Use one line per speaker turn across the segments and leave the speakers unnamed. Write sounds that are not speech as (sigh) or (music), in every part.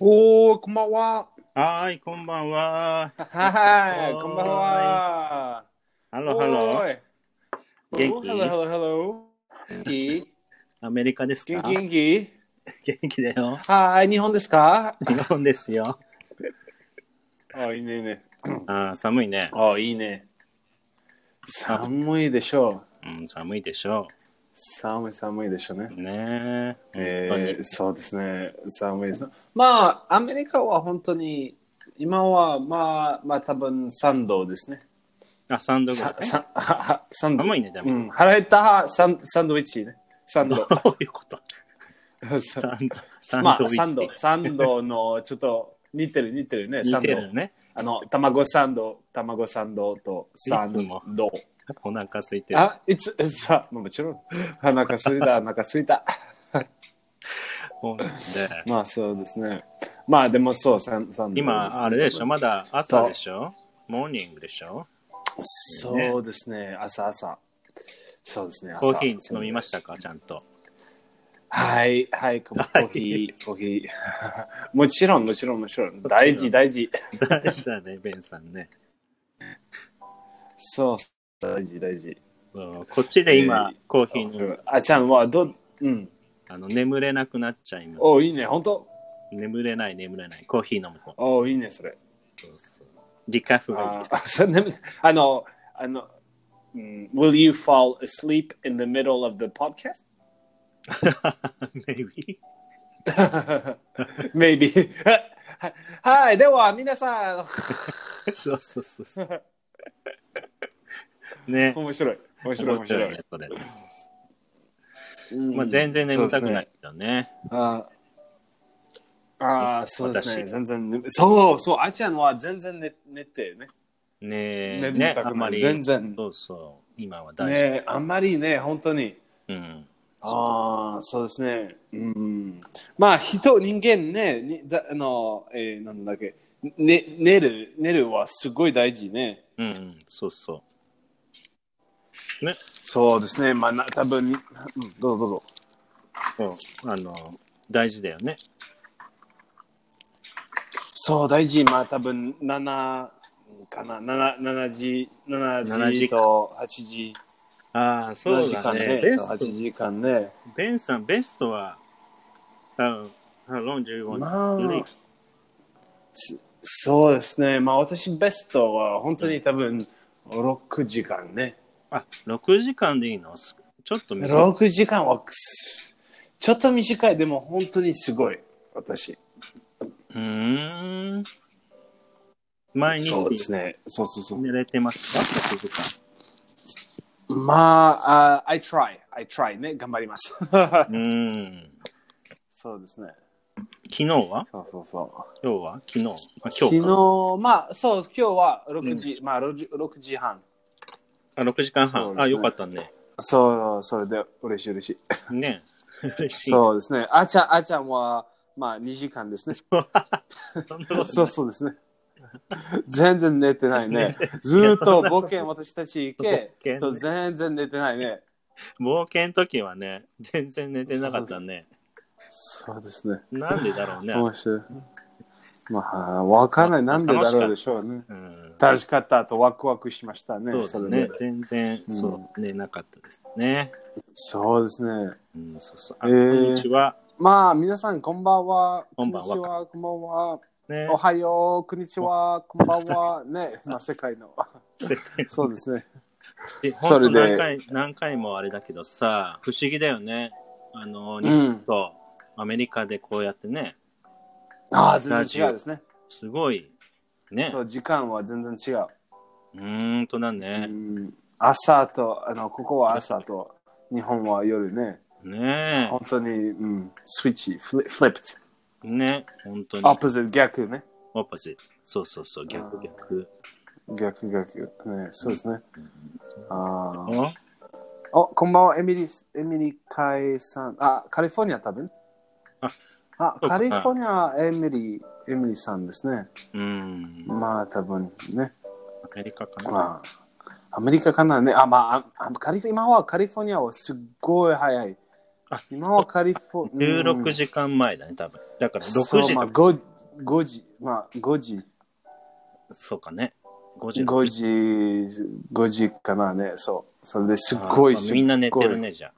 おー、こんばんは。
はーい、こんばんは。
はい、こんばんは。(laughs)
ハロハロ。
おーい
元気
Hello, hello, hello. 元気
アメリカですか
元気元気
(laughs) 元気だよ。
はい、日本ですか
日本ですよ。
あ、いいね、いいね。
あー寒いね、
あ、いいね。寒いでしょう。
うん。寒いでしょ
寒い寒いでしょうね
う。。ね
え
え。
ー、
本
そうですね、寒いです。まあ、アメリカは本当に、今は、まあ、まあ、多分3度ですね。
当にあ、3度ぐ
さ
らい。
さ三度。
寒いね、で
う
も。
ん、腹減ったサンサンドイッチね。サン
(laughs) ど
(laughs) ド。
ういうこと
さ
?3 度。
(laughs)
三
まあ、
度
サンド、サンドのちょっと似てる似てるね、サ
似
ン
て
ド。
るね。
あの、卵サンド、卵サンドとサン
いつも
ド。
お腹空いてる。
あ、いつ、 (laughs) さ、もちろん、腹がすい
(laughs)
た、腹がすいた。
そうなんで
まあ、そうですね。まあ、でもそう、サンサンド、
今、あれでしょ、まだ朝でしょモーニングでしょ
そうですね、朝朝。そうですね、朝。
コーヒー飲みましたかちゃんと。
はい、はい、コーヒー、コーヒー。 (laughs) もちろん、もちろん、もちろん。大事、大事。
大事だね、ベンさんね。
そう、大事、大事。
そうこっちで今、
えー
コーヒー飲む
あちゃんはど、うん。
あの眠れなくなっちゃいます。
おいいね、本当
眠れない、眠れない。コーヒー飲むと。
おいいね、それ。
そうそうディカフがいい
あ
です。
あそれあの、あの、うん Will you fall asleep in the middle of the podcast? (laughs)
(laughs) Maybe.
Maybe. (laughs) はい、では皆さん、
そうそうそ
(laughs)
うそう。ね。
面白い。面白い、面白い
ね。、それ。
うん
まあ、全然眠たくない。よね。
あーあー、そうですね。
私
全然ね、そうそう、あちゃんは全然寝寝てね。
ねえ、
眠
ね、
た
あ
く
ん
な
ま
い
り。
全然
そうそう。今は大事。
ね、あんまりね、本当に。
うん。そ
ああ、そうですね。うん。まあ、人、人間ね、にだあの、えー、なんだっけ、ね、寝る、寝るはすごい大事ね。
う。うん、うん、そうそう。
そうですね。まあ、な多分、うん、どうぞどうぞ。
うんあの、大事だよね。
そう、大事。まあ、多分、7かな、7、7時、7
7
時
時
と8時、
ああ、そ
7
う
時
だ
間
ね
ね。、
ベ
と
ス
8
ト
時間ね。
ベンさん、ベストは、多分、多分45
まあ
うん
すそうですね。まあ、私、ベストは本当に多分、6時間ね。
あ、6時間でいいのすちょっと短い
6時間はくすちょっと短いでも本当にすごい私
うーん。毎日
そうですねそうそうそう
寝れてますか ?6 時間。
まああ I try I try ね頑張ります
うーん。
(laughs) そうですね
昨日は
そうそうそう
今日は昨日あ今
昨
日か
日まあそう今日は6時、まあ6時 ,6 時半
あ、6時間
そうで
半。
すね
あ、よかったね。
そうそれで嬉しい嬉し
ね。嬉し
い
い。 (laughs)
そうですねあーちゃんあーちゃんはまあ2時間ですね
そんなこと
そうそうですね。全然寝てない
(laughs)
ね。ずーっと冒険私たち行け、
冒険ね
と全然寝てないね。
冒険の時はね、全然寝てなかったね。
そうですね。
なんでだろうね。
面白い。まあ、わかんない。なんでだろうでしょうね。
うん。
楽しかったとワクワクしましたね。
そうです
れ
ね。全然、そう、寝なかったですね。
そうですね。
うん、そうそう。あ、
えー
こんにちは。
まあ、皆さん、こんばんは。
こんばんは
にちは。こんばんは。
ね
お、はよう。こんにちは。こんばんは。ね。まあ、世界の。
(laughs) 世界
そうですね。
で
それで
本当何回何回もあれだけどさ、不思議だよね。あの、
う
日
ん
本とアメリカでこうやってね、
ああ、全然違うですね。
すごい。ね。
そうう、時間は全然違う。
ーんとだ
う
ね。
ん朝とあのここは朝と日本は夜ね
ね
本当に、うん、スイッチフリフリップ
え。ね。本当に。
オプゼット逆ね
オポジット。そうそうそう。
あ
逆
ー
逆。
逆逆ねそうですねあー
あ
おこんばんはエミリーエミリーカイさんあカリフォルニア多分
あ
あ
そうか
カリフォルニアはエミリーエミリーさんですね
うん。
まあ多分ね
アメリカかな。
まあアメリカかなねあまああカリフ今はカリフォルニアはすっごい早い
あ
今はカリフォルニア
16時間前だね、多分。だから6
そう
時
まあ
とか。
5 5時、まあ5時、
そうかね。5時
5時、5時かなね、そう。それですっ
あー
ごい、
まあ
すっごい
みんな寝てる。ね、じゃ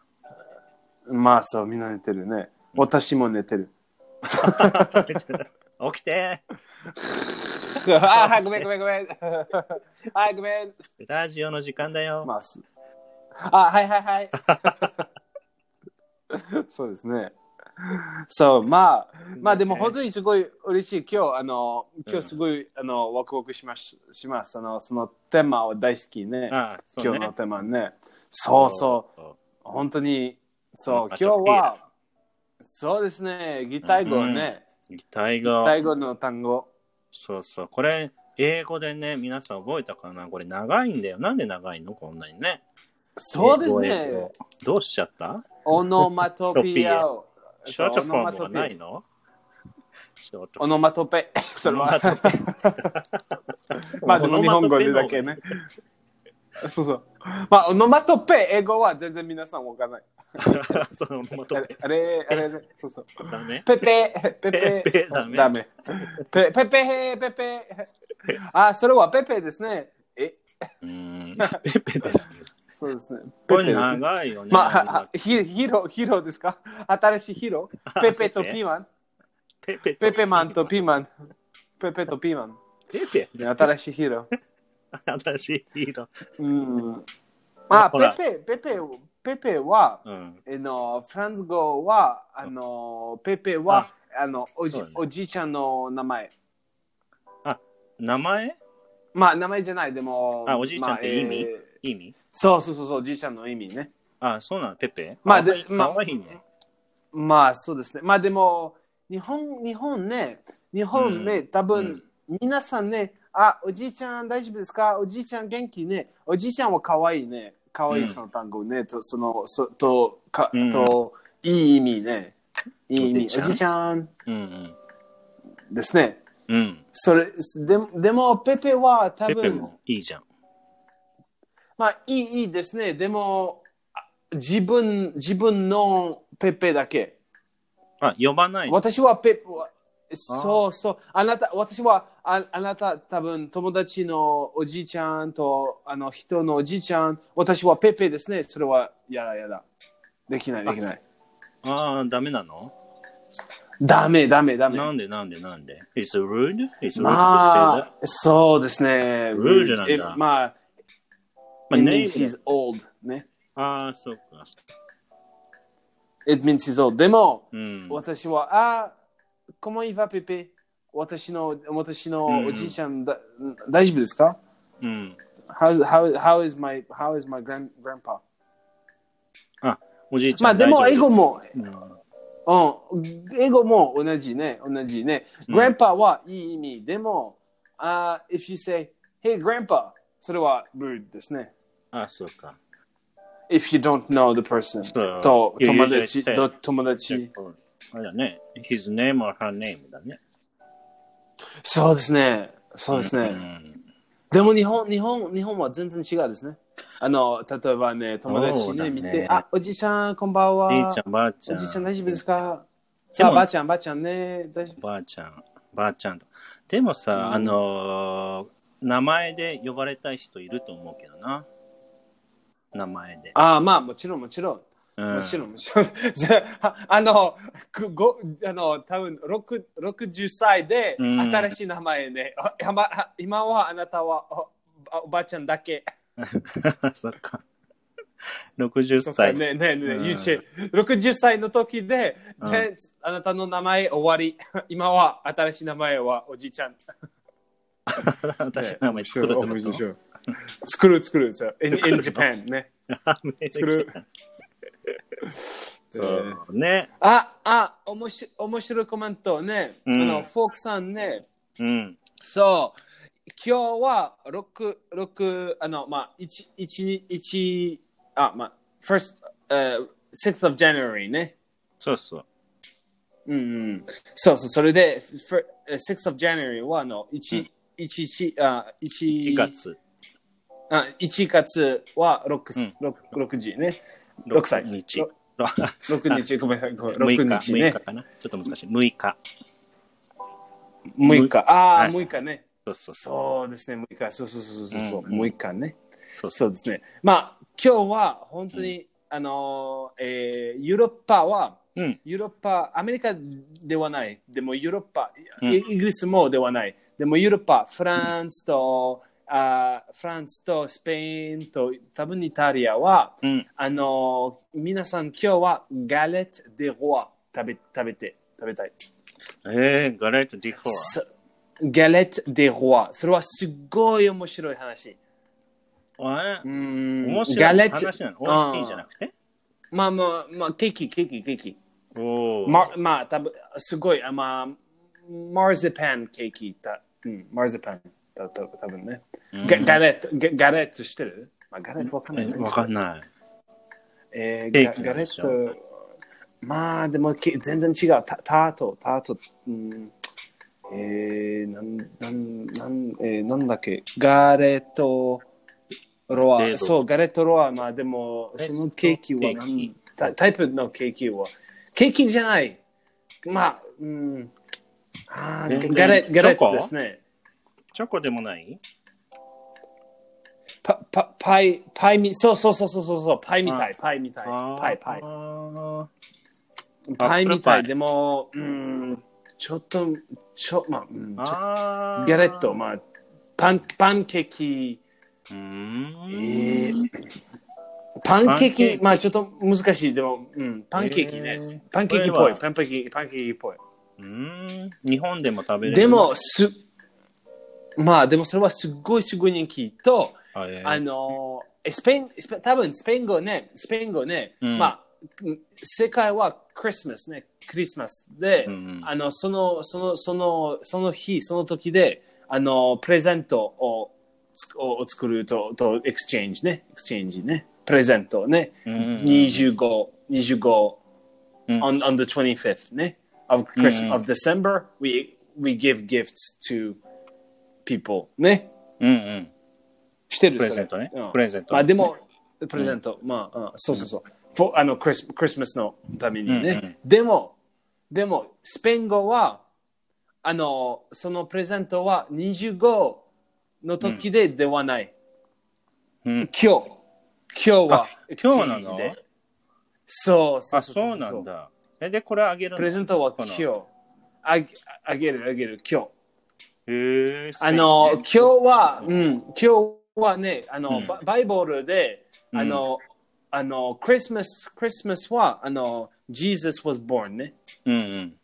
まあそう、みんな寝てるね。私も寝てる。
あ。 (laughs) 起きて
(laughs) あはい、ごめんごめんごめん。 (laughs) はい、ごめん。
ラジオの時間だよ。
まあ、すあ、はいはいはい。 (laughs) そうですね。そう、まあ、まあでも本当にすごい嬉しい。今日、あの、今日すごい、あの、ワクワクします。します。あの、そのテーマは大好きね。
ああそうね
今日のテーマね。そうそう。
う。
本当に、そう、
ま
今
あ
日は、そうですね、擬態語ね。
擬態
擬態
語。
語の単語。
そうそう。これ、英語でね、皆さん覚えたかなこれ長いんだよ。なんで長いのこんなにね。
そうです
英語。英
ね
語、どうしちゃった
オノマトピア
(laughs)
を。
ショートフ
そうオノ
ォ
マ
ームは
ト
な
ピア
いのショート
オノマトペ。 (laughs) それは。
(laughs)
まあでも日本語でだけね。そうそう。まあ、オノマトペ、英語は全然皆さんわかんない。
そのま
あ
と
れ、あれ、あれね、そうそう。
ダメ
ペペ、ペ
ペペ
ペ
ダメ、
ダメ。ペペペヘ、ペペ。あ、それはペペですね。え、
うーんペペですね
そうですね。ペ
こ
ペ
れ
ですね。
長いよね
まああ、ヒヒーロー、ヒーローですか新しいヒーローペペとピーマン。
ペペ
ペペマンとピーマン。ペペとピーマン。
ペペ (laughs)
ね新しいヒーロ
新しいヒーロ
ー。うん。ま
ほら
あ、ペペ、ペペ、ペペは、
ーうん
あの、フランス語は、あの、ペペは、あの、おじ
そうだね
おじいちゃんの名前。
名前
まあ、名前じゃない、でも。
あおじいちゃんって意味
まあえー
意味
そうそうそうそう、おじいちゃんの意味ね。
あそうなのペペ
まあ
かわいい
でまあ
かわいいね
まあそうですね。まあでも、日本、日本ね、日本ね、多分、皆さんね、あ、おじいちゃん大丈夫ですかおじいちゃん元気ね。おじいちゃんは可愛いね。可愛
うん
いその単語ね。と、その、そと、か、
うん
と、いい意味ね。いい意味。
お
お
じ
じ
い
いちゃん
うん
ですね。
うんうん
それ、ででも、ペペは多
ペペ
分、
もいいじゃん
まあ、いい、いいですね。でも、あ自分、自分のペペだけ。
あ呼ばないの
私はペそうそう。あなた、私は、ああなた、多分友達のおじいちゃんと、あの、人のおじいちゃん、私はペペですね。それは、やだ、やだ。できない、できない。
ああダメなの
ダメ、ダメ、ダメ。
なんでなんでなんで It's rude? It's rude to say
ま
that?
あ、そうですね。
ルールなんだ
えまあ、
まあ
it
ネイ
means
ル
he's old. ね。
ああそうか
It means he's old. でも、
うん
私は、あ、comment il va, ペペ私の、私のおじいちゃん、だ大丈夫ですか
うん
How how how is my how is my grand grandpa?
あおじいち
ま
ゃ
あ
ん
でも
大
英
丈夫
語
す
も、
う
う
ん
ん、英語も同じね、同じね。
うん
grandpa はいい意味。でも、あ、if you say, hey grandpa, それは rude ですね。
あ、そうか。
If you don't know the person
そう
と
You
友
usually
達
say-
と友達。
あれだね。His name or her name だね。
そうですね。そうです
う
ね。
ん
でも日本、日本、日本は全然違うですね。あの、例えばね、友達
そうだ
ね、
ね
見て、あ、おじいちゃん、こんばんは。
じいちゃん、ばあちゃ
お
ん。
じいちゃん大丈夫ですか
で
さ
も
あ、ばあちゃん、ばあちゃんね。大丈夫
ばあちゃん、ばあちゃんと。でもさ、
うん
あのー、名前で呼ばれたい人いると思うけどな。名前で。
ああ、まあ、もちろん、もちろん。
うん
もちろん、もちろん。 (laughs) ああの、くごあの多分六60歳で
うん
新しい名前で、あやまあ今はあなたはおあおばあちゃんだけ。
(laughs) そっか。60歳。
ねえねえねえ、
うん
ゆうち60歳の時で、
うん
全あなたの名前終わり。 (laughs) 今は新しい名前はおじいちゃん。
私の名前作るって
面
こ
白い作る作るです
(laughs)
よ。in, in Japan ね。
と。
作る。
そうね。
あ、あ、おもし、面白いコメントね。
うん
あの、フォークさんね。
うん。
そう。今日は六六あの、まあ、一一日一あ、まあ、first、uh, 6th of January ね。
そうそう。
うんうん。そうそう、それで、fir- え 6th of January は、あの、一一しあ、一
2月。
あ、一月は六
うん
六六時ね。六歳。
日。
ろ六日、ごめんなさい、ごめん
6
六
日
日ね
6日。かなちょっと難しい。6日。
6日。ああ、
はい
6日ね。
そうそうそう。
そうですね、6日。そうそうそうそうそう、
うんうん
6日ね。
そう
そ
そう。
うですね。まあ、今日は本当に、あのー、えーヨーロッパは、
うん
ヨーロッパ、アメリカではない。でもヨーロッパ、
うん
イイギリスもではない。でもヨーロッパ、フランスと、あーフランスとスペインと多分イタリアは、
うん。
あのー皆さん今日はガレット・デ・ロア食べ食べて食べたい。
えー、ガレット・ディフォー。
そガレット・デ・ロア。それはすごい面白い話。
あ
う
え
ん
面白
ガ
い
レット
話なの。オースキーじゃなくて
まあまあ、まあ、ケーキ、ケーキ、ケーキ。
おー
ま、まあ、多分すごい、あまあ、マーゼパンケーキだ。うん、マーゼパンだと、多分ね。ガガレット、ガガレットしてる、まあ、ガレットわかんな
え
い、ね。
わかんない。
え
ケ
ー、
ー
ガ
キ
ガ
なん
レ
で
ッ
しょ
ト、まあ、でもけ全然違う。タタート、タート、うん、えー、なん、なん、なん、えー、なんだっけ、ガレット、ロ
レード
ア、そう、ガレットロア、まあでも、
レッ
そ
ド
のケーキは
ケー
何
キ
タタイプのケーキは、ケーキじゃない。まあ、うん、あ
全然
ーガレガレット
チョコ
ですね。
チョコでもない
パパパイ、パイみ、そうそうそうそうそうそう、パイみたい、パイみたい、
あー
パイパイ。
あ
パイみた
アップルパイ
い。でも、うん、ちょっと、ちょ、まあ、うん、ちょ
ー
ガレット、まあ、パン、パンケーキ、
うーん。
えーパンケー
パンケ
キ
ー、キ
まあ、ちょっと難しい。でも、うん、パンケーキね。
えー
パンケーキっぽい。
こ
パンケーキ、パンケーキっぽい。
うーん。日本でも食べれる。
でも、す、まあ、でもそれはすごいすごい人気と、
あ、えー
あのー、スペイン、スペ多分スペイン語ね、スペイン語ね、
うん
まあ、く世界はクリスマスね、クリスマスで、
うんうん
あの、その、その、その、その日、その時で、あの、プレゼントをつくをを作ると、と、エクスチェンジね、エクスチェンジね、プレゼントね、
うんうんうん
25、25、
うん
on, on the 25th ね、of Christmas,
うん
of December, we, we give gifts to people ね、
うんうん。
してる
プレゼントね
それうん
プレゼント
まあでも、プレゼント。まあ、うんそうそうそう。フォあのクリス、クリスマスのためにね。
うんうん
でも、でも、スペイン語は、あの、そのプレゼントは25の時でではない。
うん
今日。今日は
あ、今日なの
exchange でそうそう
あ、
そうそう
そうなんだ。え、で、これあげるの
プレゼントは
こ
今
の
日。あげあげるあげる、今日。
へえ。
あの、今日は、
う
うんん、今日はね、あの、
うん
ババイボルで、
うん
あの、あの、クリスマス、クリスマスは、あの、Jesus was born ね。
うんうん。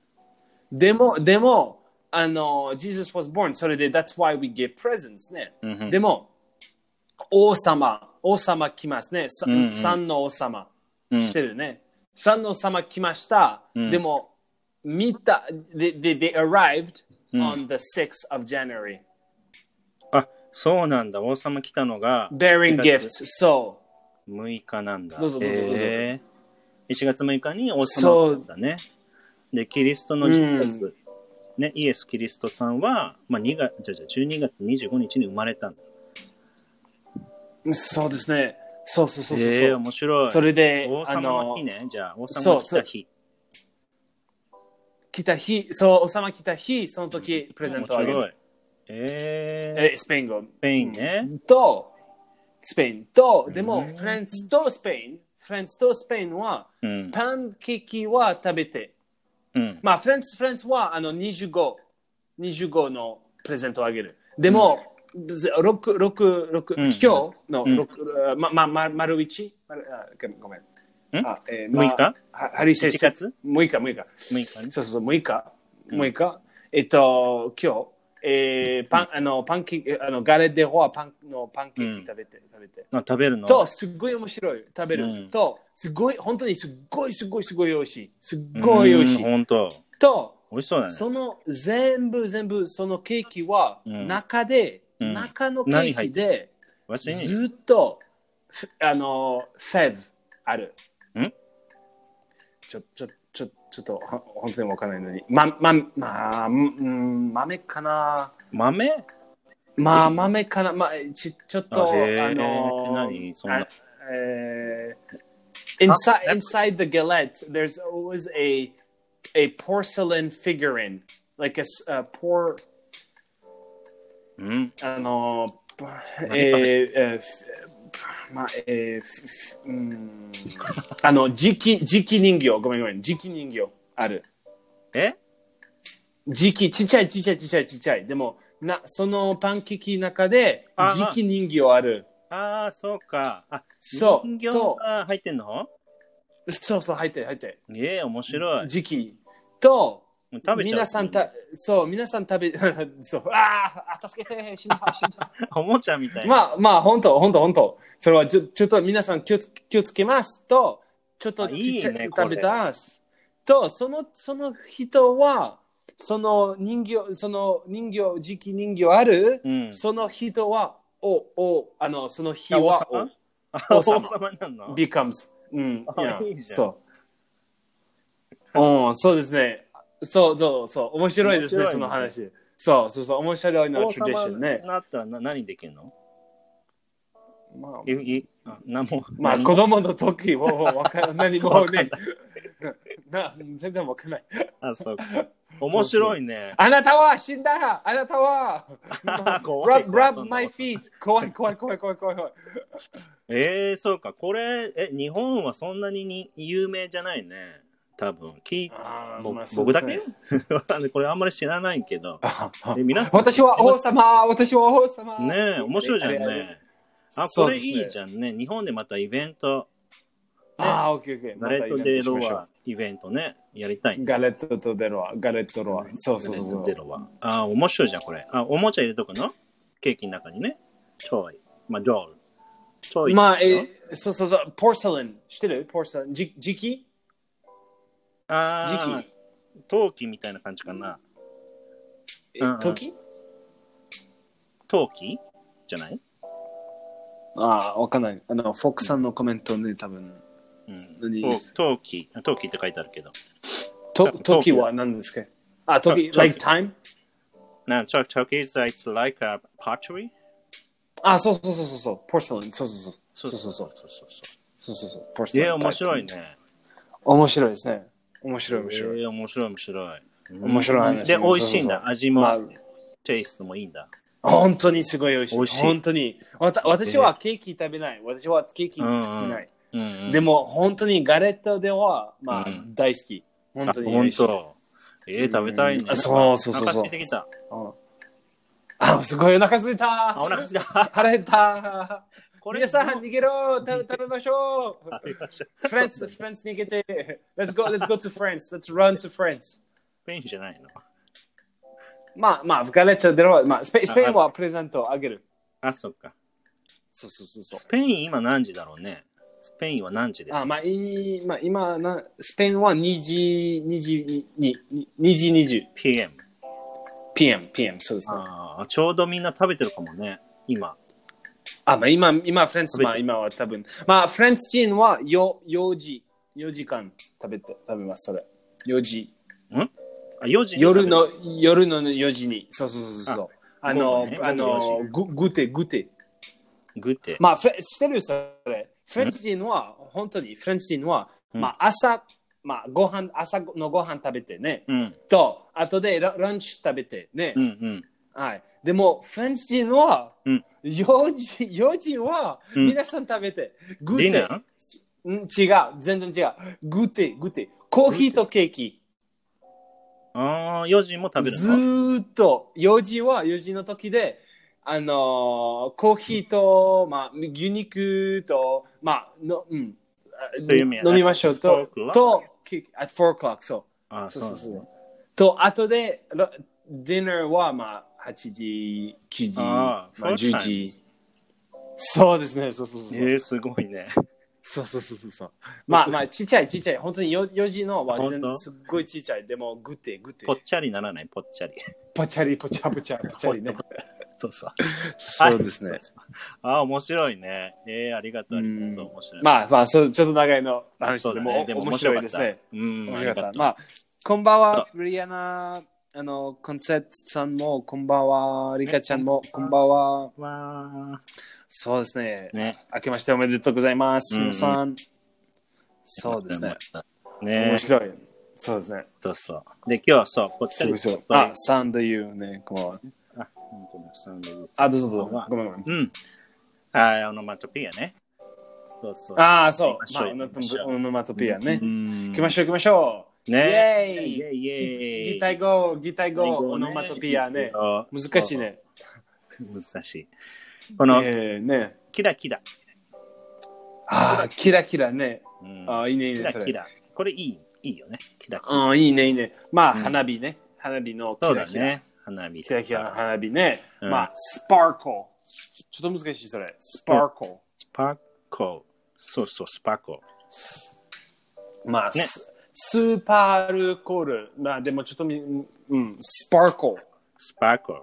でも、でも、あの、Jesus was born。それで、that's why we give presents ね。
うんうん
でも、王様、王様来ますね。さ
うんうん
三の王様。
うん
してるね。三の王様来ました。
うん
でも、見た、they, they, they arrived
うん
on the 6th of January.
あ、そうなんだ。王様来たのが
Bearing
1月
gifts. そう。
6日なんだ。
どうぞどうぞどうぞ
へー1月6日に王
そ
様
う
だったね。で、キリストのジーザス、ね、イエス・キリストさんは、まあ、2月、じゃじゃ12月25日に生まれたんだ。
そうですね。そうそうそうそう。
へえ、面白い。
それで、
王
あ
様の
の
日、ね。じゃあ、王
そ
様
う
来た日。
来た日、そう、王様来た日、その時、プレゼントをあげ
面白
る。
い。えー、
え、スペイン語。
スペインね。
と、スペインと、で
う
も、
ん
フランスとスペイン、フランスとスペインは、
うん。
パンケーキは食べて、
うん。
まあ、フランス、フランスは、あの、25、25のプレゼントをあげる。でも、六六六
うん
今日の
うん
六、ま、ま、ま、丸1丸あごめん。
ん
あえーま
6日
はハリー先
?1
生。
月
6日、6日。
6日ね。
そうそうそう、6日。6日。えっと、今日、えー、パン、あの、パンケーキ、あの、ガレッデホアパンのパンケーキ食べて、食べて。
あ、食べるの
と、すっごい面白い。食べる。
うん
と、すごい、本当にすっごい、すごい、すごい美味しい。すっごい美味しい。
本当。
と、
美味しそうだね。
その全部、全部、そのケーキは、
うん
中で、
うん
中のケーキで、
わしに。
ずっと、ふあの、フェブある。
ん
ちょ、ちょ、ちょ、ちょっと、は本当にわからないのに。ま、ま、まあ、うんうん、豆かな。
豆
まあ、
どうし
豆かな。まあ、ち、ちょっと、
あ
あ
へー
の、
何そんな
あえー inside, inside the galette, there's always a, a porcelain figurine. like a, s- a poor
うん。
あの、
何
えーえーふまあ、えーふふうーん、あの、磁気、磁気人形、ごめんごめん、磁気人形ある。
え
磁気、ちっちゃいちっちゃいちっちゃいちっちゃい。でも、な、そのパンケーキの中で、
あ
磁気人形ある。
ああ、そうか。あ、
そう
人形
と
が入ってんの
そうそう、入ってる入ってる。
ええ、面白い。
磁気と、
もう食べちゃう。
皆さんた、そう、皆さん食べ、 (laughs) そう、あーあ、助けて、死んだ、死んだ。
(laughs) おもちゃみたいな。
まあまあ、本当本当本当それはちょちょっと皆さん気をつ気をつけますと、ちょっと
あ
ち
い
っ
い
ちゃい
ねこれ
食べたす。と、その、その人は、その人形、その人形、磁気人形ある、
うん。
その人は、お、お、あの、その日
あ王
は、
様あ
(laughs) 王
王
様
様な
お、
の
(laughs) becomes。うん、
あ
yeah
いいじゃん
そう。うん、そうですね。そうそうそう、面白いですね、
面白
そ
いね
の話。そうそうそう、面白いの
王
トラディシ
様
ョン
に
ね。
なったらな何できるの
まあ
えいあ何も。
まあ
何
子
も
供の時もうわ
(laughs)
か何もうねな全然わかんない。
あ、そうか。面白い
(laughs)
ね。
あなたは死んだあなたは
(laughs) 怖
!Rub,
い怖い
rub my
そんな
feet! 怖い怖い怖い怖い怖い怖い。
えー、そうか。これ、え、日本はそんなにに有名じゃないね。多分。聞い
あ
僕僕だけこれあんまり知らないけど。 (laughs) え皆さん。
私は王様私は王様
ねえ、面白いじゃん
あれ
ね。あ、
そ
こ
う
れ
ですね
いいじゃんね。日本でまたイベント、
ああ、オッケーオッケー。
ガレット・デ・ロ
またイベントしましょ
ワイベントね、やりたいね
う。ガレットとデロワ。ガレットロワ。そうそうそ
ガレッ
う
トデ
そう。
ロワ。あ、面白いじゃん、これ。あ、おもちゃ入れとくのケーキの中にね。チョイ。まあ、ジョール。チョイ。
まあ、
でしょ
えそうそうそう。ポーセレン。知ってるポーセレン。じ時期時
あ
期
ー、陶器みたいな感じかな。
え
うんうん
時
陶器じゃない
ああ、わかんない。あの、フォックさんのコメントね、多分。
うん。
何
陶陶器。陶器って書いてあるけど。
と
多分
時は何ですかあ、時、
と
like time?
な、チョ陶器 is like, it's like a pottery?
あ、そうそうそうそうそう、porcelain。そうそうそ。
そうう
そ
そ
そ
ううそうう。そうそう
そうそうそう。
え
porcelain
ー、面
type
白い。ね。
面白いですね。面白い、面白い。
えー、面白い面白い。
面白い話
で、
うん
美味しいん
そうそう
だ。
そう
味
まあ
も、テイストもいいんだ。
本当にすごい美味しい。
美味しい
本当に。わた私はケーキ食べない。私はケーキ好きない。
うんうん。
でも、本当にガレットでは、まあ
う、ん
大好き。本
あ
当に美
本
味しい。
当。えー、食べたいね
うん。あそうそうそうそう
お腹空いてきた。
うんあ、すごいお腹すいた。
あ、お腹空い
(laughs)
た。
腹減った。
(laughs) こ
皆さん、逃げろ食べ食べましょう
ありました
フランス、フランス逃げて。Let's go, let's go to France. Let's run to France.
スペインじゃないの。
まあまあ、ガレットでろ、まあ、スペスペインはプレゼントあげる。
あ、そっか。
そうそうそうそ
スペイン今何時だろうね。スペインは何時で
う。
す
あ
か
まあ、いいまあ、今な、スペインは2時、2時、にに2時20、
?PM。
PM、PM、そうですね。あ
ああ、ちょうどみんな食べてるかもね。今。
まあ、今、今、フランス、
食べて
まあ、今は多分、まあ、フランス人はよ4時、4時間食べて、食べます、それ。4時。
あ、4時に食べ
夜
る
の、夜の4時に。そうそうそうそう。あの、
午後ね
あ
午後
の
4、
ググテ、グテ。
グテ。
まあ、フレしてるそれ。フレンチ人は、本当にフレンチ人は、
うん
まあ、朝、まあ、ご飯、朝のご飯食べてね。
うん。
と、後でラランチ食べてね。
うんうん。
はい。でも、フレンチ人は、
うん
4時、4時は、
うん
皆さん食べて。グ
ディ
テ
ナ。ー
うん違う。全然違う。グテ、グテ。コーヒーとケーキ。
ああ、4時も食べる
ず
の
ーっと、4時は4時の時で、あのーコーヒーと、まあ、牛肉と、まあ、のうん、あ
そういう意味
飲みましょうと
at four、o'clock？
と、き at 4 o'clock、そ
あ
う。
そ
そうう
なん
そうそ
だ
う。と、後で、ろ dinner は、まあ、8時、9時、
あー
まあ、
first time
10時。そうですね、そうそうそうそう。
えー、すごいね。
そうそうそうそうそう。まあまあ、ちっちゃいちっちゃい。本当に 4, 4時のは全
本当
すっごいちっちゃい。でも、グテグテ
ぽ。っちゃりならない、ぽっちゃり。
ぽちゃりぽちゃぽちゃぽちゃりね。
そ
(laughs)
うそう。
そうですね。。
ああ、面白いね。ええありがとう、ありがとう、面白い。
まあまあ、そうちょっと長いの話
そう
で
だ
も,、
ね、
でも面白いですね。。
うん、
面白かった。
あ
まあ、こんばんは、リアナ、あの、コンセットさんも、こんばんは、リカちゃんも、こんばんは。
りがとう。わ
そうですね
ー。ね。
明けましておめでとうございます、
うんうん
皆さん。そうですね。
ね
面白い。そうですね。
そうそう。で、今日はそう、ぽっちゃ
そう
り
そ
ぽ
う
っ。ぱ
あ
り、。
サンドユーね。こう
あ、本当だ、サンドイッチ
あ、どうぞどうぞ。ごめんごめん。
うん。あ、オノマトピアね。そうそう。
ああ、そう
行きま。し
まあ
ょ
オ
う
ノ
行きましょう
オノマトピアね
う。ん
行きましょう行きましょう。
ね
イェーイ
イェイイェイ
ギギタイ語、ギタイ語、オノマトピアね。難しい。ね。
難しい。この、
えーね。
キラキラ。
ああ、キラキラね。
うん
ああ、いいねいい
キ
ね。
ラ
そ
キ
れ。
ラ。これいい、いいよね。キラキラ。
うん、いいねいいね。まあ、
うん
花火ね。花火の
そ
キ
う
ラ
だ
キラ。
ね。花火。
キラキラの花火ね。
うん
まあ、スパークル。ちょっと難しい、それ。スパークル。
スパコ。そうそう、スパコ。
まあ、
ね
ススーパーアルコール。まあ、でもちょっとみ、うん、スパークル。
スパークル。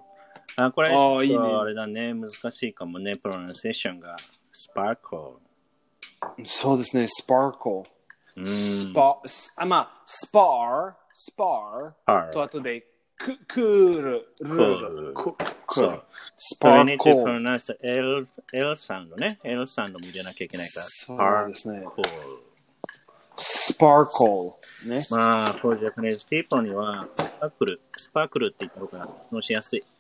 あ、これ、
あ
ち
ー
ょっ
いいね
とあれだね。難しいかもね。プロナンセーションが。スパーク
そうですね、スパーク
ル。う
ル。ス
ん。
パ、スあまあ、スパー、スパ
パ
ー、
ー
と後で、ククール、ルール、ク
ク
ク
そ
ール
う、
スパ
それ
ー
に
ク
とプロ
ル。
ナンス、L、L サウンドね。L サウンドも入れなきゃいけないから。
そうですね
スパークル
スパークル。ね。
まあ、for Japanese people には、スパークル、スパークルって言った方が発音しやすい。ス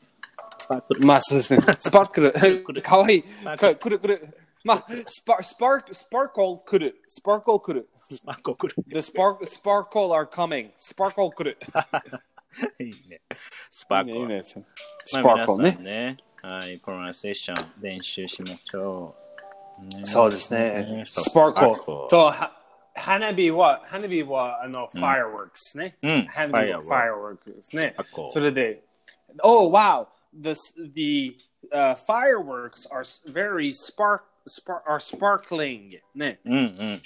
パークル。
まあそうですね。スパークル。かわいい。
パーク
くくるくる。まあ、スパ、スパーク、スパークルくる。スパークルくる。
スパークル。
The spark, sparkle are coming. Sparkle 来る。
(laughs)
(laughs)
いいね。スパークル。
スパークル
まあ皆
ね
さん。ね。はい、プロナンセーション練習しましょう。ね
そうですね。
そう
スパークル。
スパー
と、は花火は、花火は、あの、fireworks ね。
うん
花火は fireworks ですね
スパーク。ル
それで、Oh, wow! The, the、uh, fireworks are very spark, spark, are sparkling. ね。
クル。うんうん。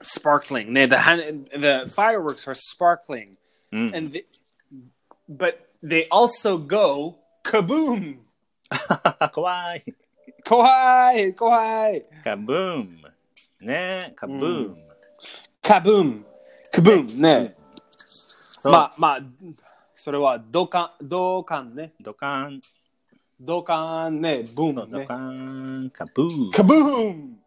Sparkling. ね。The, han- the fireworks are sparkling.
うん、
And the, but they also go kaboom!
(laughs) 怖い。
怖い怖い
カブーム。ねカブーム。
カブーンカブーンね、
そう
まあまあそれはドカンドカンね
ドカン、
ドカンねブーン
ド
ね
カン、カブーム。
カブー
(laughs)
ン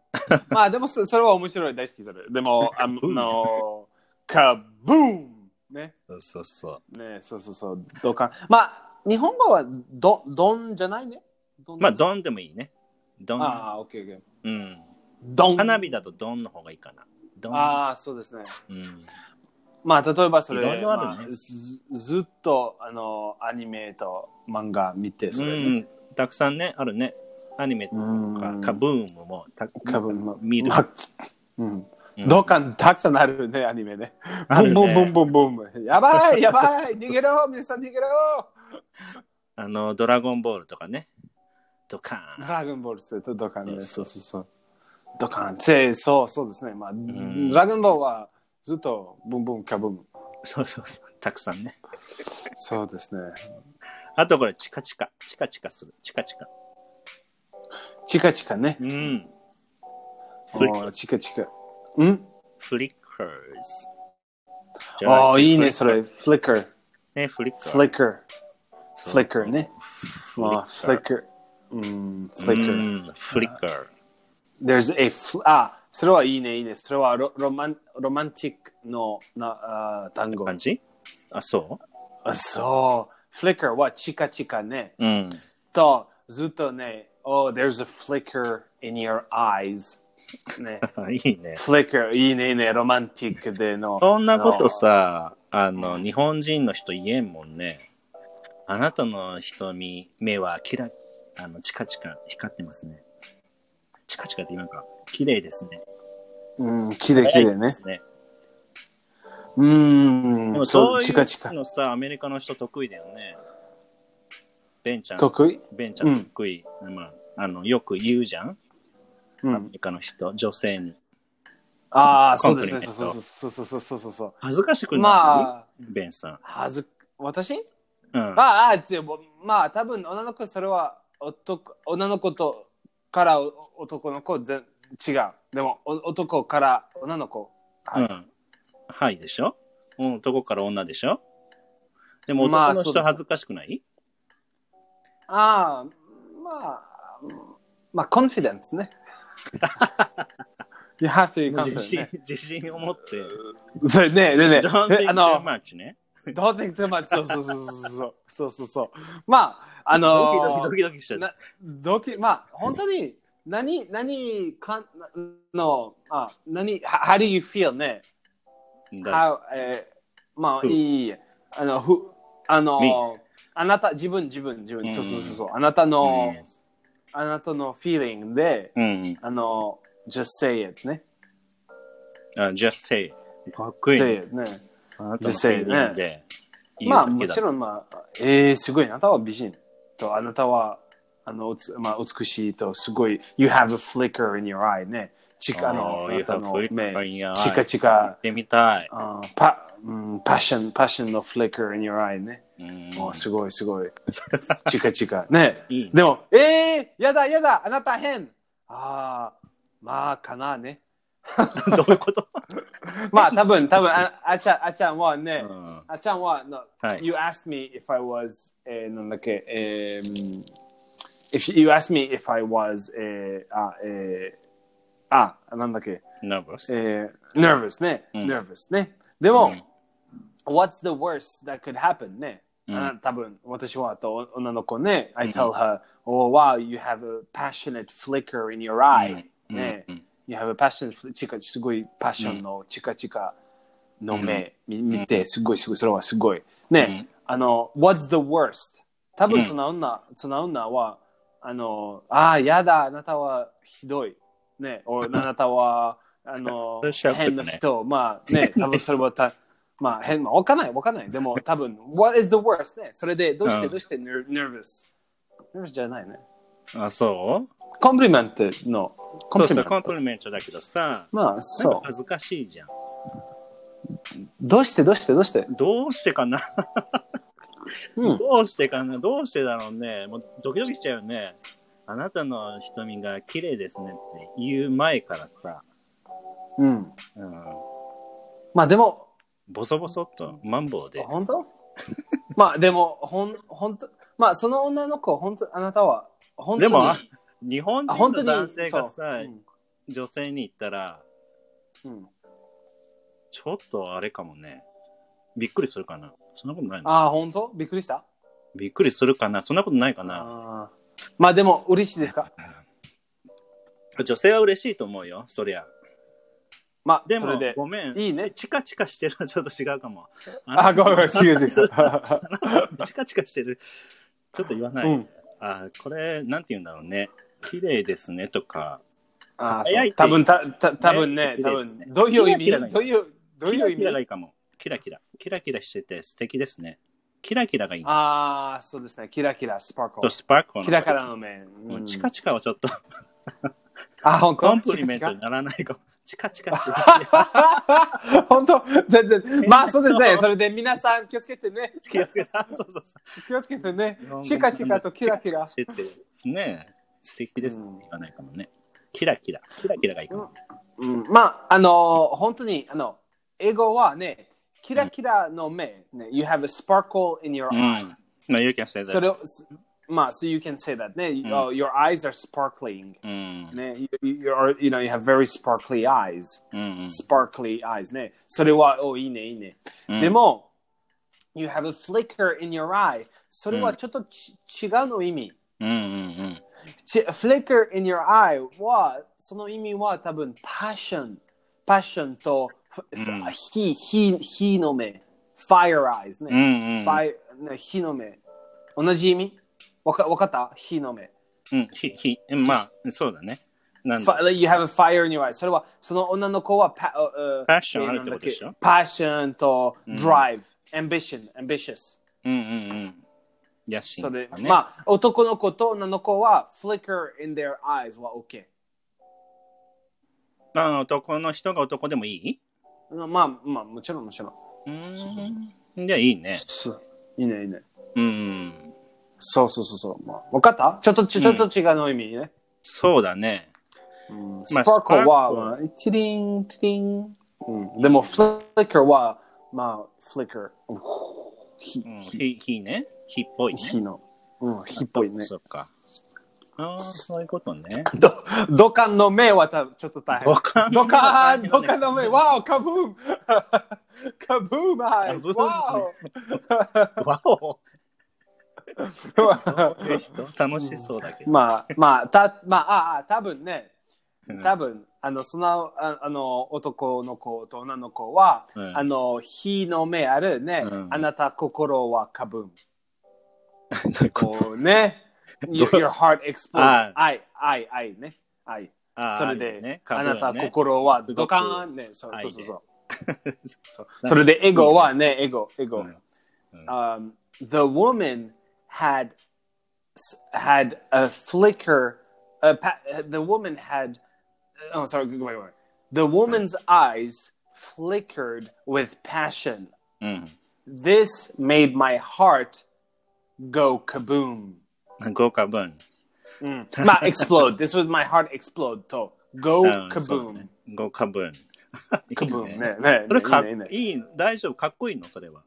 まあでもそそれは面白い大好きそれでもあ
ーン
のカブーンね
そうそうそ
ねそうそうそうドカンまあ日本語はドドンじゃないねドン
う。まあ、ドンでもいいね。ドン。
ああオッケーオッケー
うん。
ドン
花火だとドンの方がいいかな。ドン。
ああそうですね
うん、
まあ例えばそれ
いろいろあるね
まあずずっとあのアニメと漫画見てそれ
う
ね、
ん。たくさんね、あるね。アニメとか、
うん
カブームもた
多分まあ
見る
まあうん
うん
どっかにたくさんあるねアニメね
あるね
ボンボンボンボンボンやばいやばい逃げろ皆さん逃げろ
あの、ドラゴンボールとかね。ドカ
ド
ン。
ラゴンボールズとドカンねそう
そ
うそうそうドカンってそうそうですねまあ
ん
ドラゴンボールはずっとボンボンカブン
そうそうそう。たくさんね。
そうですね
あとこれ、チカチカ。チカチカする。チカチカ。
チカチカね
うん。フリッ
おーチカチカうん
フリッカーズ。
ああいいねそれフリッカー
ね、フリッカー。
フリッカー
そう
フリッカーね。まあ、フリッ
Flicker
カー。うん、フ
う
リッカー。
んフリッカー。
There's a fl- あ、それはいいね、いいね。それはロロマンロマンティックのなあー単語。
感じあ、そ
あそう。フリッカーはチカチカね。
ううん。
と、ずっとね、Oh, there's a flicker in your eyes.
(laughs)
ね。
いいね。
フリッカー、いいね、いいね。ロマンティックでの。
そんなことさ、あの、日本人の人言えんもんね。あなたの瞳、目はキラ、あの、チカチカ光ってますね。チカチカってなんか、綺麗ですね。
あの。うん、綺麗綺麗ね
で。すね。で
うん、
もそうい
チカチカ
う。のさ、アメリカの人得意だよね。ベンちゃん、
得意
ベンちゃん得意。まあ、あの、よく言うじゃんア
うん
メ。リカの人、女性に。
ああ、そうですね。
コンプ
そ
リメン
う
ト
そうそうそうそうそうそう。
恥ずかしくない、
まあ、
ベンさん。
はず、私、
うん。
まあ、あ、ちょまあ、多分女の子、それは男、女の子とから男の子全、違う。でも、お男から女の子。
はい、うん。はいでしょうん男から女でしょでも
まあ
男の
そう
人
です
恥ずかしくない、
ああ、まあ、まあ、コンフィデンスね。you have to be
自
confident
信
ね、
自信を持って
それね、
(laughs)
ね、ね
Don't
え (laughs)
think
あの
too、much ね。
Don't think too much. そうそうそうそうそう。そうそうそう。まあ、あ
ド
の
キドキドキドキしちゃう。
なドキまあ本当に何何かんのあ何 how do you feel ね how
だ
えーまあ
Who？
いいあの who あ
Me
のあなた自分自分自
う
分
ん
そうそうそうそうあなたのあなたの feeling で
うん。
あの just say it ね
あ just say it かっこいいね。
say it ね
あなた
Just
の
say it ね
feeling で言う
まあ
だ
も
け
ち
だ。
ろんまあえー、すごいあなたは美人とあなたはあのうつまあ美しいとすごい you have a flicker in your eye ねちかあの
Oh,
あ
you
なた
have
の
flicker
目
in your eye
チカチ
行
カ
ってみたい。
あーパうんパッションパッションの flicker in your eye ね
うん
もうすごいす
(laughs)
ごいチカチカね
いいね
でもえー、やだやだあなた変ああまあかなね
どういうこと
まあ多分多分ああちゃんあちゃんはね、
うん
あちゃんは、no,
はい
you asked me if I was、え eh, ー、なんだっけ、えー、if you asked me if I was、え eh, ah, ー、あ、えー、あ、なんだっけ、え
nervous.
ー、nervous eh, ね、
うん
nervous ね。でも、what's the worst that could happen Ah, ね。
うん
あ多分私はと女の子ね、I tell her, oh wow, you have a passionate flicker in your eye、
うん
ね、
うん
You have a passion, for- チカすごいパッションのチカチカの目、み見て、すごいすごい、それはすごい。ね、
うん
あの、What's the worst? 多
う
分
ん
その女、その女は、あの、ああ、やだ、あなたはひどい。ね、おあなたは、あの
(laughs) それ、シャープだね
変な人、まあ
(laughs)
ね、多分それはた、まあ変、まあ、わかんない、わかんない。でも多分、What is the worst? ね、それで、どうして、
うん
どうして ner- nervous? nervous じゃないね。
あ、そう
コンプリメントの、コンプリ
そうそ
メ
う、
ン
コン
ト。
プリメントだけどさ、
まあ、
なんか
そう。
恥ずかしいじゃん。
どうしてどうしてどうして
どうしてかな
うん。
どうしてかなどうしてだろうねもうドキドキしちゃうよね。あなたの瞳が綺麗ですねって言う前からさ、
うん。
うん、
まあでも、
ボソボソっとマンボウで。
本当 (laughs) まあでも、ほん、ほんと、まあその女の子、本当あなたは、本当
で
に、
も、
あ
あ日本人
本当
の
に、
男性が
そ
さ
う、
女性に言ったら、
うんうん
ちょっとあれかもね。びっくりするかなそんなことないの
ああ、本当びっくりした
びっくりするかなそんなことないかな
あーまあでも、嬉しいですか
女性は嬉しいと思うよ、そりゃ。
まあ、
で
そ
も
れで、
ごめん。
いいね
チチカチカしてるのはちょっと違うかも。
あ、ごめん、ごめん、違う違う。
(laughs) チカチカしてる。ちょっと言わない。
うん。
あこれ、なんて言うんだろうね。綺麗ですねとか。
ああ、
早
そ
いうって
多分、た、た、多分ね、
ね
多
綺麗ですね
分、どういう意
キ
味
ラキラ
どういう、どう
キ
いう
ラ
意
キラが
味
いいかも。キラキラ。キラキラしてて素敵ですね。キラキラがいい。
ああ、そうですね、キラキラ、スパーク
とスパークルの
キラキラの面。う
うん
ん
チカチカはちょっと
あ、本当
コンプリメントにならないかも。チカチカしてる。
(laughs) 本当全然。まあそうですね。それで皆さん気をつけてね。
気がつけた。そうそうそ
気をつけてね。
う。
チカチカとキラキラ。
チカチカしてて。ねえ素敵ですね。
うん
言わないかもね。キラキラ。キラキラがいいかも。
うん、まあ、あのー本当に、あの、英語はね、キラキラの目、ね、You have a sparkle in your
う
eye、
ん。まあ、you can say
そ
that.
れを、すまあ、so you can say that ね、
ん
oh, Your eyes are sparkling.
うん。
ね、you, you, are, you know, you have very sparkly eyes.
うん。
sparkly eyes ね。それは、おいいね、いいね。
うん
でも、you have a flicker in your eye。それはちょっとち、違うの意味。
うんうん
ち flicker in your eye は、その意味は多分、passion。passion と、ふ
うん
火、火、火の目。fire eyes
うん。う
ね。
んうんうん。
fire ね火の目。同じ意味わかわかった火の目。
うん。ひ、ひ、まあ、そうだね。なんだ。
Fi- like, you have a fire in your eyes. それは、その女の子はパ、uh,
Passion あるってことでしょ
passion と
うん
drive、ambition、ambitious。
うんうんうん。野心
そ
と
れ、
かね。
まあ、男の子と女の子は flicker in their eyes は OK。
まあ、男の人が男でもいい
まあ、まあ、もちろんもちろん。
うん。じゃあいいね。
そういいね、いいね。
うん。
そうそうそうそう。まあ、分かったちょっとちょちょっと違うの意味ね。
そうだね。
うん
まあ
スパークルは、
sparkle
まあ、ティリン、ティリン。うん、でも、flicker は、まあ、flicker。うん火
うん、ひ、ひね。ひっぽいね。
火の。うん、火っぽいね。
そっか。ああ、そういうことね。
ど、土管の目はたちょっと大変。
土 (laughs) 管
土
の
管、土管の目。
目は大変だね
わお、カブ (laughs) ームカブームアイ
カ
ズ
ブーム
わ
わお
お
楽しそうだけ
(laughs)
ど。
まあ、まあ、た、まあ、ああ、多分ね、
うん
多分、あの、その、ああの、男の子と女の子は、
うん
あの、火の目あるね、
うん
あなた心はカブーム。
どういうこと
こう
(laughs)
ね、your, your heart explodes.
あ
愛、愛、愛ね。愛。
あー
それで、
ね
あなた
株をね
心は
すごく
ドカーンね。そうそ
愛
う
で
そうそう。それでエゴはね、エゴ、エゴ。
うんうん
Um, the woman had had a flicker. A pa- the woman had. Oh, sorry. Wait, wait. wait. The woman's eyes flickered with passion.
うん。
This made my heart go kaboom.
豪華分。
Mm. Ma, explode. this was my heart explode. To go
うんそう
kaboom.
ね豪
(laughs)
華分。
kaboom.
い
(laughs)
いね。
ねね
それか
ねねね
いい、大丈夫、かっこいいの、それは。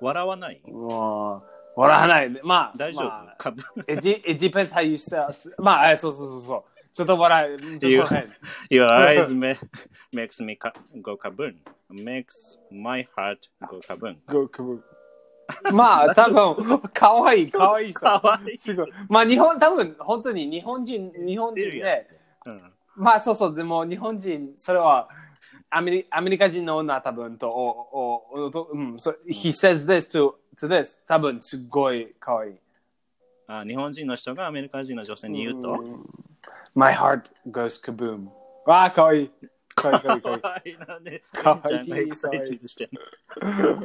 笑わない
もう、笑わないで。まあ、
大丈
ま
夫、
あ、
かぶ
it, de- it depends how you sell. まあ、えそうそうそうそう。ちょっと笑い。ちょっと笑
(laughs) Your eyes ma- makes me ka- go kaboom. Makes my heart go kaboom.
い。ごくぶま (laughs) あ、多分、かわ (laughs) いい、かわいいさ。
かわいい
すごい。まあ、日本、多分、本当に日本人、日本人で、
うん。
まあ、そうそう、でも日本人、それは、アメリアメリカ人の女は多分と、お、お、おとうん、so, he says this to, to this, 多分、すごいかわいい。
あ日本人の人がアメリカ人の女性に言うと、
My heart goes kaboom. わあ、かわいい。かわいい、かわいい、か (laughs) わいい。
わいい (laughs) なね。
かわいい
ちゃんがエキサイティングしてる。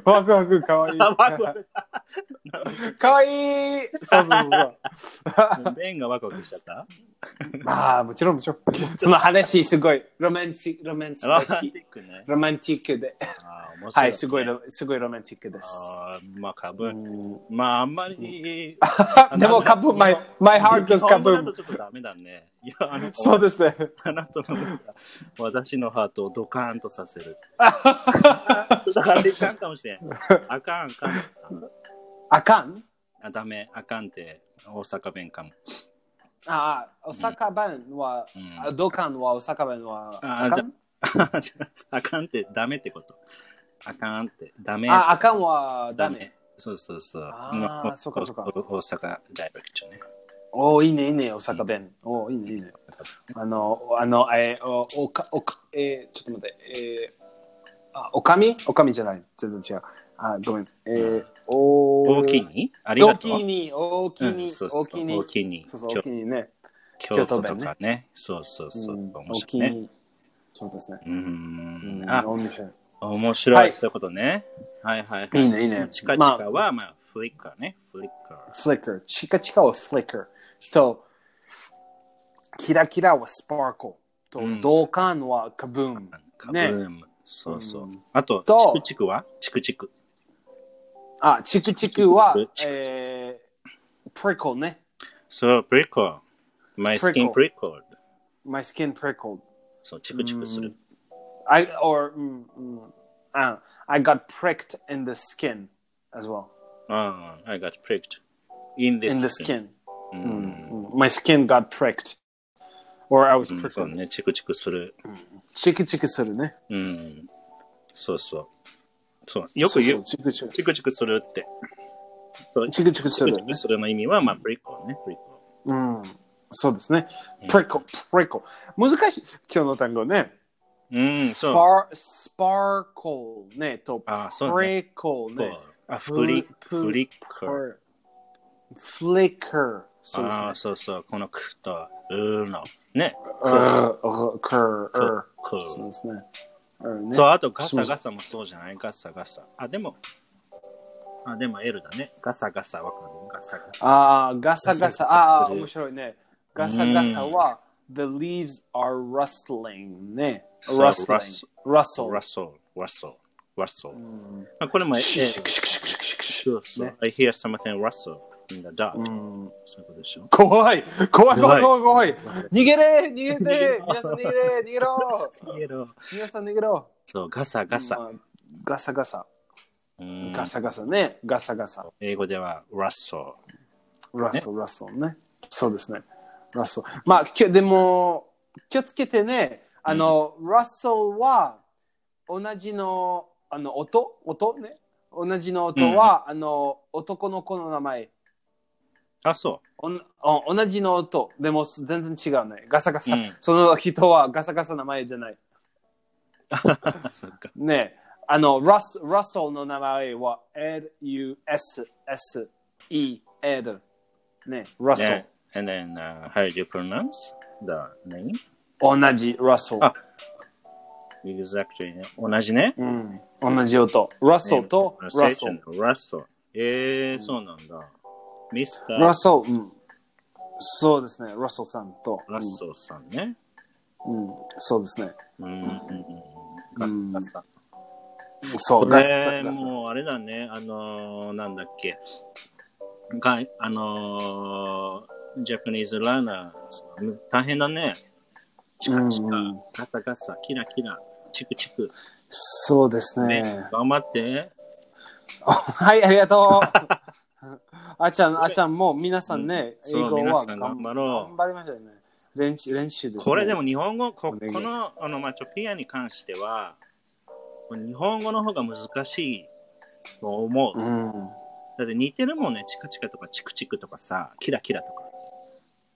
ワクワクか (laughs) わいい。
あワクワク
かわいい。そうそうそう (laughs) そ
ベンがワクワクしちゃった
う。まあ、もちろんもちろん。その話すごい。ロマンチック、ロマンチ
ロマ
ッ
ン
ク好き (laughs)
ティックね。
ロマンチックで。
あー面白
はいい、すごいロ、すごいロマンチックです。
あーまあ、カブーン。まあ、あんまり。
でも、カブーン、my, my heart goes カブ
日本語
ーン。
だとちょっとダメだね。いや、あの、
そうですね。
あなたのなんか私のハートをドカーンとさせ
(laughs)
る。だからあれいかんかもしれん。あかん、あかん。
あかん
あ、ダメ、あかんって、大阪弁かも。
ああ、お酒弁は
うん、
あドカンはお酒弁は、
あ
あか
じ
ん
ゃ (laughs) あかんって、ダメってこと。あかんって、ダメ、
あ、あかんはダ
ダ
メ
メ。。そうそうそう。
あー
ま
そうかそうか
大阪ダイレクトね。
おーいいね、いいね、お酒弁。おーいいね、いいね。あの、あの、えー、お、おか、おか、えー、ちょっと待って、えー、あ、おかみおかみじゃない、全然違う。あ、ごめん。えー、お
大きいにあり
大
が
き
とう。
いに、大きいに
うん、そうそう
大きいに
大。きいに
そうそう、大きいにね。京
京京
都
都
弁
と
ね
かね。そうそうそう。
うん
面
大
白
きい
いね。
に。そうですね。
うーん。
うん
あ、
面白い
面白い、
はい
そういうことね。はいはいはい。
いいね、いいね。
チカチカ
まあ
は、まあ、フリッカーね。フリッカ
flicker. Chica chica は flicker. と、キラキラは sparkle. と
う、ん
同感は kaboom.。
ー。カブーム。そうそううんあと、
と
チクチクはチクチク。
あ、チクチクは
チク、チク
えー、prickle ね。
そう、プリコー。My skin
Prickle
prickled.
My skin prickled.
そう、チクチクする。
I, or, mm, mm, uh, I got pricked in the skin as well.
ああ、I got pricked. In this
In the skin.
う
Mm,
ん。
My skin got pricked. Or I was
うんそう
prickled.
ね、チクチクする。
チクチクするね。
うん。そうそう。そう、よく言。
そうそチクチク。
チクチクするって。そう
チクチクす
チ
る
ク
よ
チ
ね
ク。するの意味は、まあ、プリコーね。プリコ
うん。そうですね。prickle, prickle. 難しい。今日の単語ね。
ー。うん、そう。
spar, sparkle ね。と、
あそうね
prickle ね。
あ、フリ、フリッカー。
flicker. flicker. そうです
あ
ね
あ、。そうそう、このくと、うの。ね。
er, er, cur,
く
er.
く
そう
そ
ですね。er ね
う、あとガサガサもそうじゃないガサガサ。あ、でも、あ、でも L だね。ガサガサわかるガサガサ。
ああ、ガサガサ。ああ、面白いね。ガサガサは、the leaves are rustling ね。
そ
rustling.
う rust-
rustle.
ラッソー、ラッソー、ラッソー。あこ
(laughs)
れも L。
シュシ
そ
ュシュシュシュシュシュ
うそう。I hear something rustle in the dark. そういうことでしょ。
怖い怖い怖い
怖い
怖い怖い逃げれ逃げて皆さん逃げれ逃げろ
イエロー
皆さん逃げろ
そう、ガサガサ。
まあガサガサ
うん
ガサガサねガサガサ
英語ではラッソ
ラッソラッソねそうですねあそうまあきょでも気をつけてねあの、ラッソルは同じのあの音音ね同じの音は、あの男の子の名前
あ、そ
おんお同じの音でもす全然違うねガサガ
う。
サ、
ん
その人はガサガサ名前じゃない
そっか。
ねあのラスラッソルの名前は RUSSEL ねラッソル、
ね And then, uh, how do you pronounce the name?
同じラッソル
あ Exactly. ね同じね。
うん、同じ音ラッソルと
ラ
ラッソル
ラッソ。えー、そうなんだ。ミスター・
ラッソー、うん、そうですね、ラッソーさんと。
ラッソさんね。
うん、うんそうですね。
うんうんうん。
う
ガス
ん
ガスガス。
そう、ガス
で
ガス。
もうあれだね、あのー、なんだっけ。があのー、ジャパニーズ・ラーナー、大変だね。チカチカ
うんうん、
ガサガサ、キラキラ、チクチク。
そうですね
ね。、頑張って。
はい、ありがとう。 (laughs) あちゃん、あちゃんも皆さんね、英
そう
語
皆
は
さん
頑
頑張ろ
頑
う
張りましたよね。練習練習です、ね。
これでも、日本語、こ
お願い
このあのマチョピアに関しては、日本語の方が難しいと思う。
う
だって似てるもんね、チカチカとかチクチクとかさ、キラキラとか。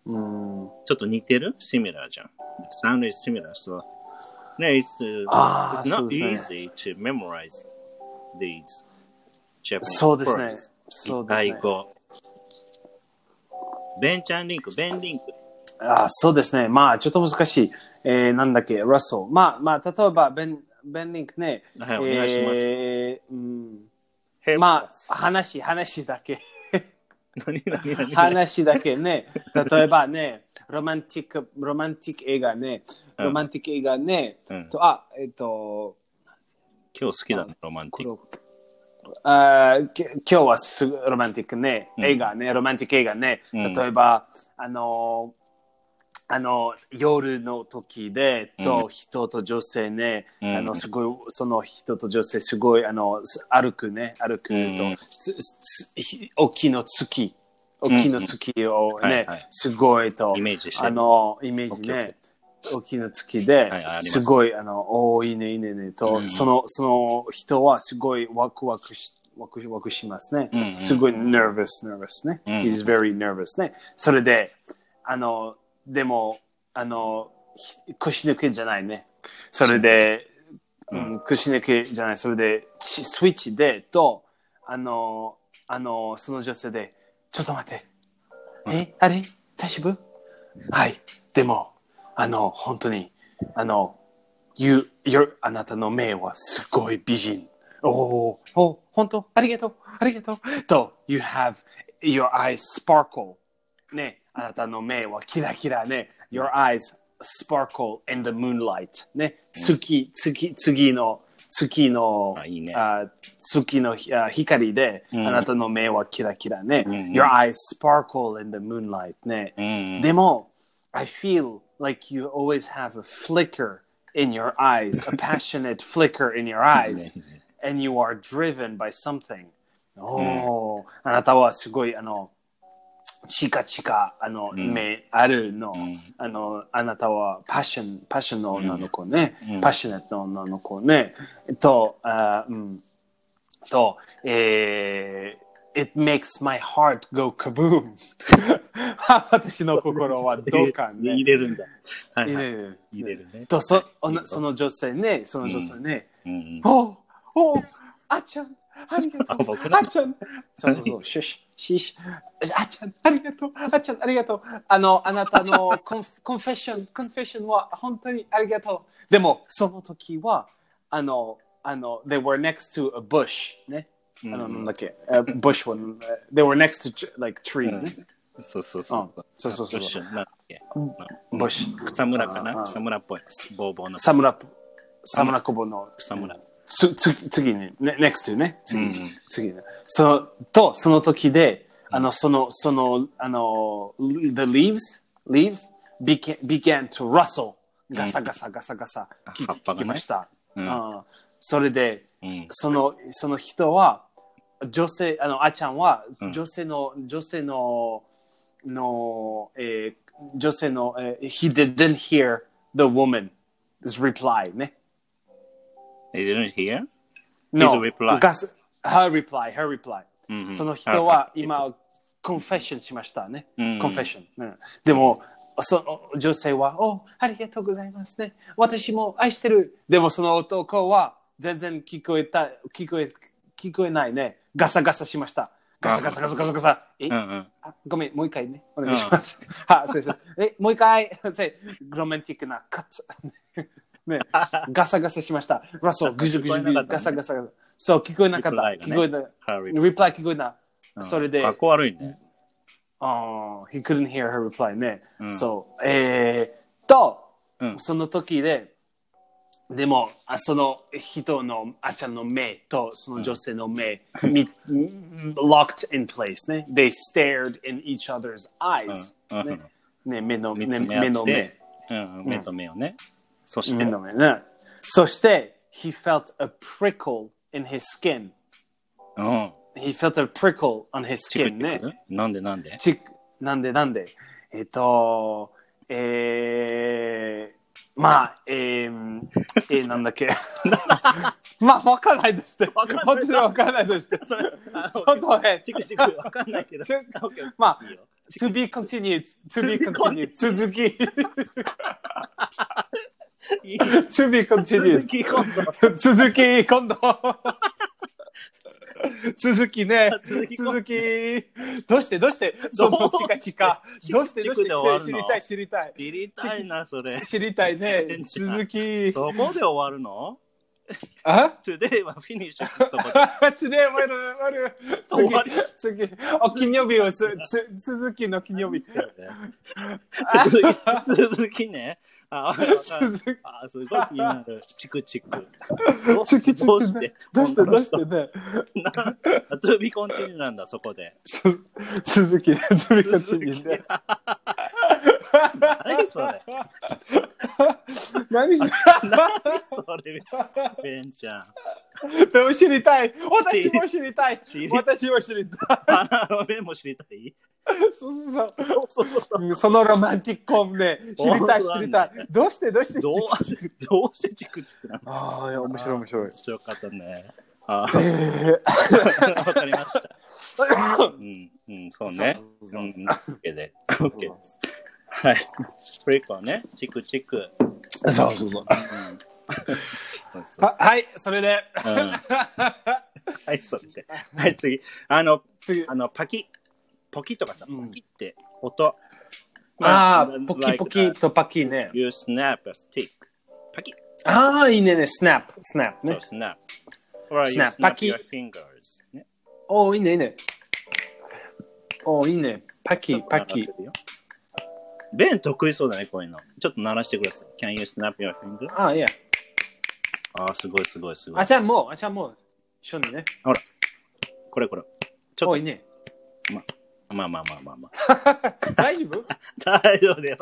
ん。うん。
ちょっと似てる ?similar じゃん。sound is similar, so. ね、it's, uh,
あ
it's
あ、そ
not
うですね。
easy to memorize these Japanese
そうですね
words.。
そうです
第
ね。
五。ベンチャンリンク、ベンリンク。
あそうですね。まあ、ちょっと難しい。えー、なんだっけ、ラッソー。まあ、まあ、例えば、ベン、ベンリンクね。
はい、お願いします。
えーうん
ヘルプ
まあ、
ス
話、話だ
(laughs)
け。
何何何何
話だけね。例えばね、ロマンティック、ロマンティック映画ね。
うん
ロマンティック映画ね。
うん
とあ、えっと、
今日好きだね、ロマン
こ
ティッ
れ
ク。
あーき今日はすぐロマンティックね。
うん
映画ね、ロマンティック映画ね。
うん
例えば、あの、あの夜の時でと、
うん
人と女性ね、
うん
あのすごいその人と女性すごいあのす歩くね歩くと、
うん
つつひ大きな月大きな月をね、
はいはい
すごいと
イメージして
あのイメージ
オッケ
ね大きな月で、
はいあります
すごいあのおーいいねいいねいいねと、
うん
そのその人はすごいワクワクしワクワクしますね、
うんうん
すごい nervous nervous ね、
うん
is very nervous ねそれであのでもあのひ腰抜けじゃないねそれで、う
うん
ん、腰抜けじゃないそれでちスイッチでとあのあのその女性でちょっと待ってえあれ大丈夫はいでもあの本当にあの you, your, あなたの目はすごい美人おーお本当ありがとうありがとうと you have your eyes sparkle ねあなたの目はキラキラね your eyes sparkle in the moonlight ね月月次の月の
あいいね
あ月のひあ光で、
うん
あなたの目はキラキラね、
うんうん
your eyes sparkle in the moonlight ね、
うん
でも I feel like you always have a flicker in your eyes a passionate flicker in your eyes
いい
and you are driven by something Oh, おー、あなたはすごいあのチカチカあの、
うん
目あるの、
うん
あのあなたはパッションパッションの女の子ね、
うん
パッショネットの女の子ねえっとあーうんとえー It makes my heart go kaboom 私の心はどうかね
入れるんだ。はいはい。
入
入
れ
れ
る
るね。
とそお
いい
な
よ
その女性ねその女性ね、
うんうん
おおあちゃんありが
あ
とう
僕な
あ
の
ちゃんそうそうそうシュッシュッシュッあちゃんありがとうあちゃんありがとうあのあなたのコンフコンフェッションコンフェッションは本当にありがとうでもその時はあのあの they were next to a bush ねあの
うん
なんだっけ、あ bush one they were next to tr- like trees ね、
そうそうそう
うん。そうそうそう
どしよなんだっけ
bush
草むらか
ああ
な草むらっぽい。ボーボーの
サムラサムラコボの
草むら。
つつ次に、ね、next ね、次,、
うんうん
次ね。そのと、その時で、あの、その、その、あの、the leaves, leaves began, began to rustle. ガサガサガサガサ、き
葉っぱ
聞
がね
きました。
うん
うんそれで、
うん
その、その人は、女性、あの、あちゃんは
う、ん
女性の、女性の、の、えー女性の、えー He didn't hear the woman's reply ね。
They didn't hear?
No,
His reply.
ガス her reply, her reply.
うんうん
その人は今、コンフェッションしましたね。
うんうん
コンフェッション。うんでも、その女性は、おありがとうございますね。私も愛してる。でもその男は、全然聞こえた、聞こえ、聞こえないね。ガサガサしました。ガサガサガサガサガサ。え、
うんうん。
あごめん、もう一回ね。お願いします。 (laughs) は、そうそう。え、もう一回、 (laughs) せロマンティックなカッツ。 (laughs) ね、ガサガサしました。ラ (laughs) ソー、ぐじゅぐじゅぐじゅ、ガサガサガサ。そう、聞こえなかった。
リプ
聞
ラ
こ
イ
え
がね
な
はいリプライ
リプライ聞こえない。
うん
それで、
かっこ悪いね。
あー Oh, he couldn't hear her reply eh, ね。
うん
そう。えー、と、
うん
その時で、でも、あその人の、あちゃんの目と、その女性の目、み locked in place ね。They stared in each other's eyes、
うんうん
ねね、目の、
見
ね、
つめ
目
合っ
の目
て。、うんうん目と目をね。そして
目、の目ね。そして、he felt a prickle in his skin.
うん。
He felt a prickle on his
チクチ
skin
ク
ね。
なんでなんで
ちなんでなんでえっ、と、えー、まあ、えー、えー、なんだっけ。 (laughs) まあ、わかんないとして。
わかんない
本当にわかんないと
(laughs)
して。ちょっとね、
チクチクわかんないけど。
ちょ
オッケー
まあ
いいよ、
to be continued, to be continued, 続き、
いいよ
to be
続
continued,
き今度。
続き、今度。続きね
続き、
続き、どうして、どうして、そのチカチカ、どうして、どうし
チクで終わ
て、
る
知
の
りたい、知りたい。
知りたいな、それ。。
知りたいね続き。
どこで終わるの
あ (laughs)
?Today はフィニッシュ。そこで。
次終わる終
終わ
わ
り
る。次、次。お、金曜日をつ、つ、続きの金曜日。
続き続きね。あ、わかるわかる
続き
あすごい気になる。チクチク。
チキチキ
どうして
どうして、
女
ど
の
うし
人
てね。
な、トゥビコンチニューなんだ、そこで。
つ続きね、続きの
続
金曜
き
日ね。。
何それ
何し
何それベンちゃん。
でも知りたい。私も知りたい
知り。
私も知りたい。
花の面も知りたい
そうそう
そうそうそう。
そううん。そのロマンティックコンね、知りたい、知りたい。どうして、どうして、
どう
チキチキ
どうしてチクチクなの
ああ、いや面白い、面白い
(laughs) 面。白かったね。あー (laughs) わかりました。うん、うん、そうね。
そう
う
そ
ん
う
うん、OK で。OK です。はい。フリコはね、チクチク。
そうそうそう。
そうそう
ははい、それで。
そう。うんはい、それで。はい、次。あの、
次
あのパキポキとかさ、
うん
ポキって音。
ああ、ポキポキと
と。
パキね。
You snap a stick. パキ。
ああ、いいねね、スナップ、スナップ
そう、
ね。
snap. Or you
Snap.
snap
パキ
your fingers. ね
おお、いいね、いいね。おお、いいね。パキ、パキ。。
ベン得意そうだね、こういうの。ちょっと鳴らしてください。Can you snap your finger?
ああ、いや。
ああ、すごいすごいすごい
あ。ちゃんもう、あちゃんもう、一緒にね。
これこれ。ち
お
ょ
お、
っ
いいね。
と、まあまあまあまあ (laughs) ま
大丈夫 (laughs)
あ。大丈夫だよ。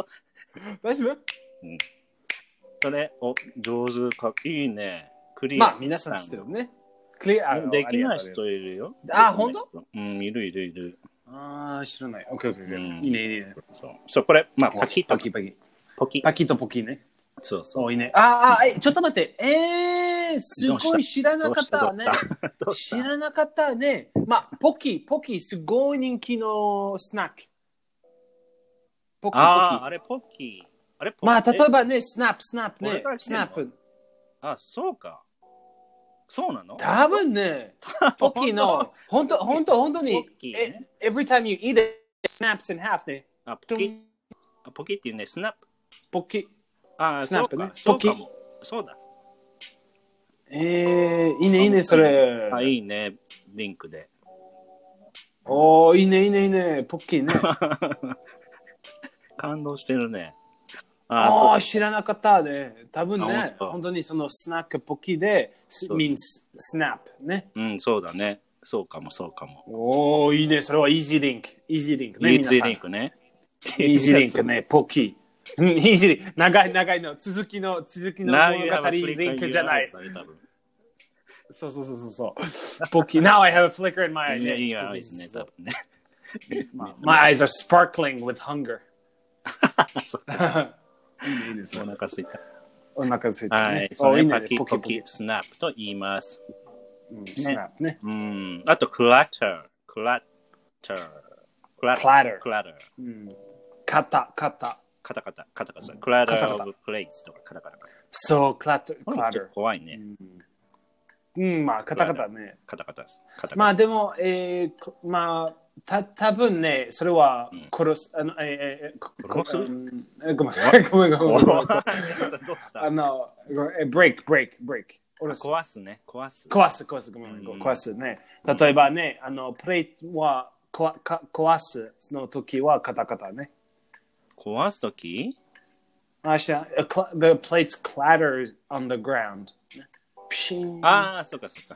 大丈夫
それ、お、上手か、いいね。クリア。
まあ、皆さん知ってるね。クリア。
できない
あの
人いるよ。
あほんと
うん、いるいるいる。
ありがとうあー、知らない。オッケーオッケーオッケ
うん
ー。いいね、いいね。
そう、そうこれ、まあ、パキッと
パキ、パキ。
ポキ
パキとポキね。
そうそう。
おいいね。ああ、え、ちょっと待って。えー、す
どうし
ご
た
い知らなかったわね
どう。したどうし
知
た
らなかったね。まあ、ポキ、ポキ、すごい人気のスナック。ポキ、ポ
ああ、あ
キ。
れ、ポキ。あれ、ポキ
まあ、例えばね、スナップ、スナップ
これ
ね
から。来
ス
てんの
ナップ。
あ、そうか。そうなの
多分ね、ポキ
(laughs)
の、本当本当本当に
ポキ、ね
え every time you eat it, it snaps in half ね。
あ、ポキ。あポキっていうね、スナップ。
ポキ。
ああ、
スナ
そ
ッ
う
プ
か
ね。
そうかも。そうだ。
えー、いいね、いいね、それ。
あ、いいね。リンクで。
おー、いいね、いいね、いいね。ポキね。
感動してるね。
あ
あ
あ、知らなかったね。多分
あ本
ね、
当
本当にそのスナックポキで、
そう
means snap ね。
ー、うん、そうだね。そうかも、そうかも。
おお、いいね。それは easy link。easy link ね。
イージーリン
皆
クね。
さん easy link
(laughs)
ね。ポキ。うん (laughs) easy link。長い長いの。続きの、続きの物語リンクじゃない。
それ多分
そうそうそうそうそう。ポキ。Now I have a flicker in my eye.
いやいい
そ
や
う
いい
そう
です
そう
ね、多分ね。 (laughs)
My eyes are sparkling with hunger.
そう
いいね、いいね、
お腹すいた。
お腹ついた、
は
ね
い。。そ
あい
れ
い
を
ね
パキ
ポケ
ポ
ポケ
キ。スナップと言います。
うんスナップね。
うん。あと、クラッター。クラッター。クラッター。
clatter
クラッター。
うん。肩、肩。
カタカタ。カタカタ。クラッタ
カタカ
ー
タ
オブプレイスとかカタカタ。
そう、clatter、
これもちょっ
clatter
と。怖い
うん
ね。
うん、まあ、カタカタね。
カタカタです。カタカタ。
まあ、でも、えー、こまあ、た多分ね、それは
うん
殺す、あの、えーえーこ
殺す
うんえーごめん、 (laughs) ごめん、ごめんごめん。
怖い。どうした
あの、ごめんえー、ブレイク、ブレイク、ブレイク。おろす
壊すね。壊す。
壊す、壊す、ごめん、
うん
壊すね。例えばね、あの、プレイはこわか壊すの時はカタカタね。
壊すとき
あした、a cla- the plates clatter on the ground. ピシーン。
ああ、そうかそうか。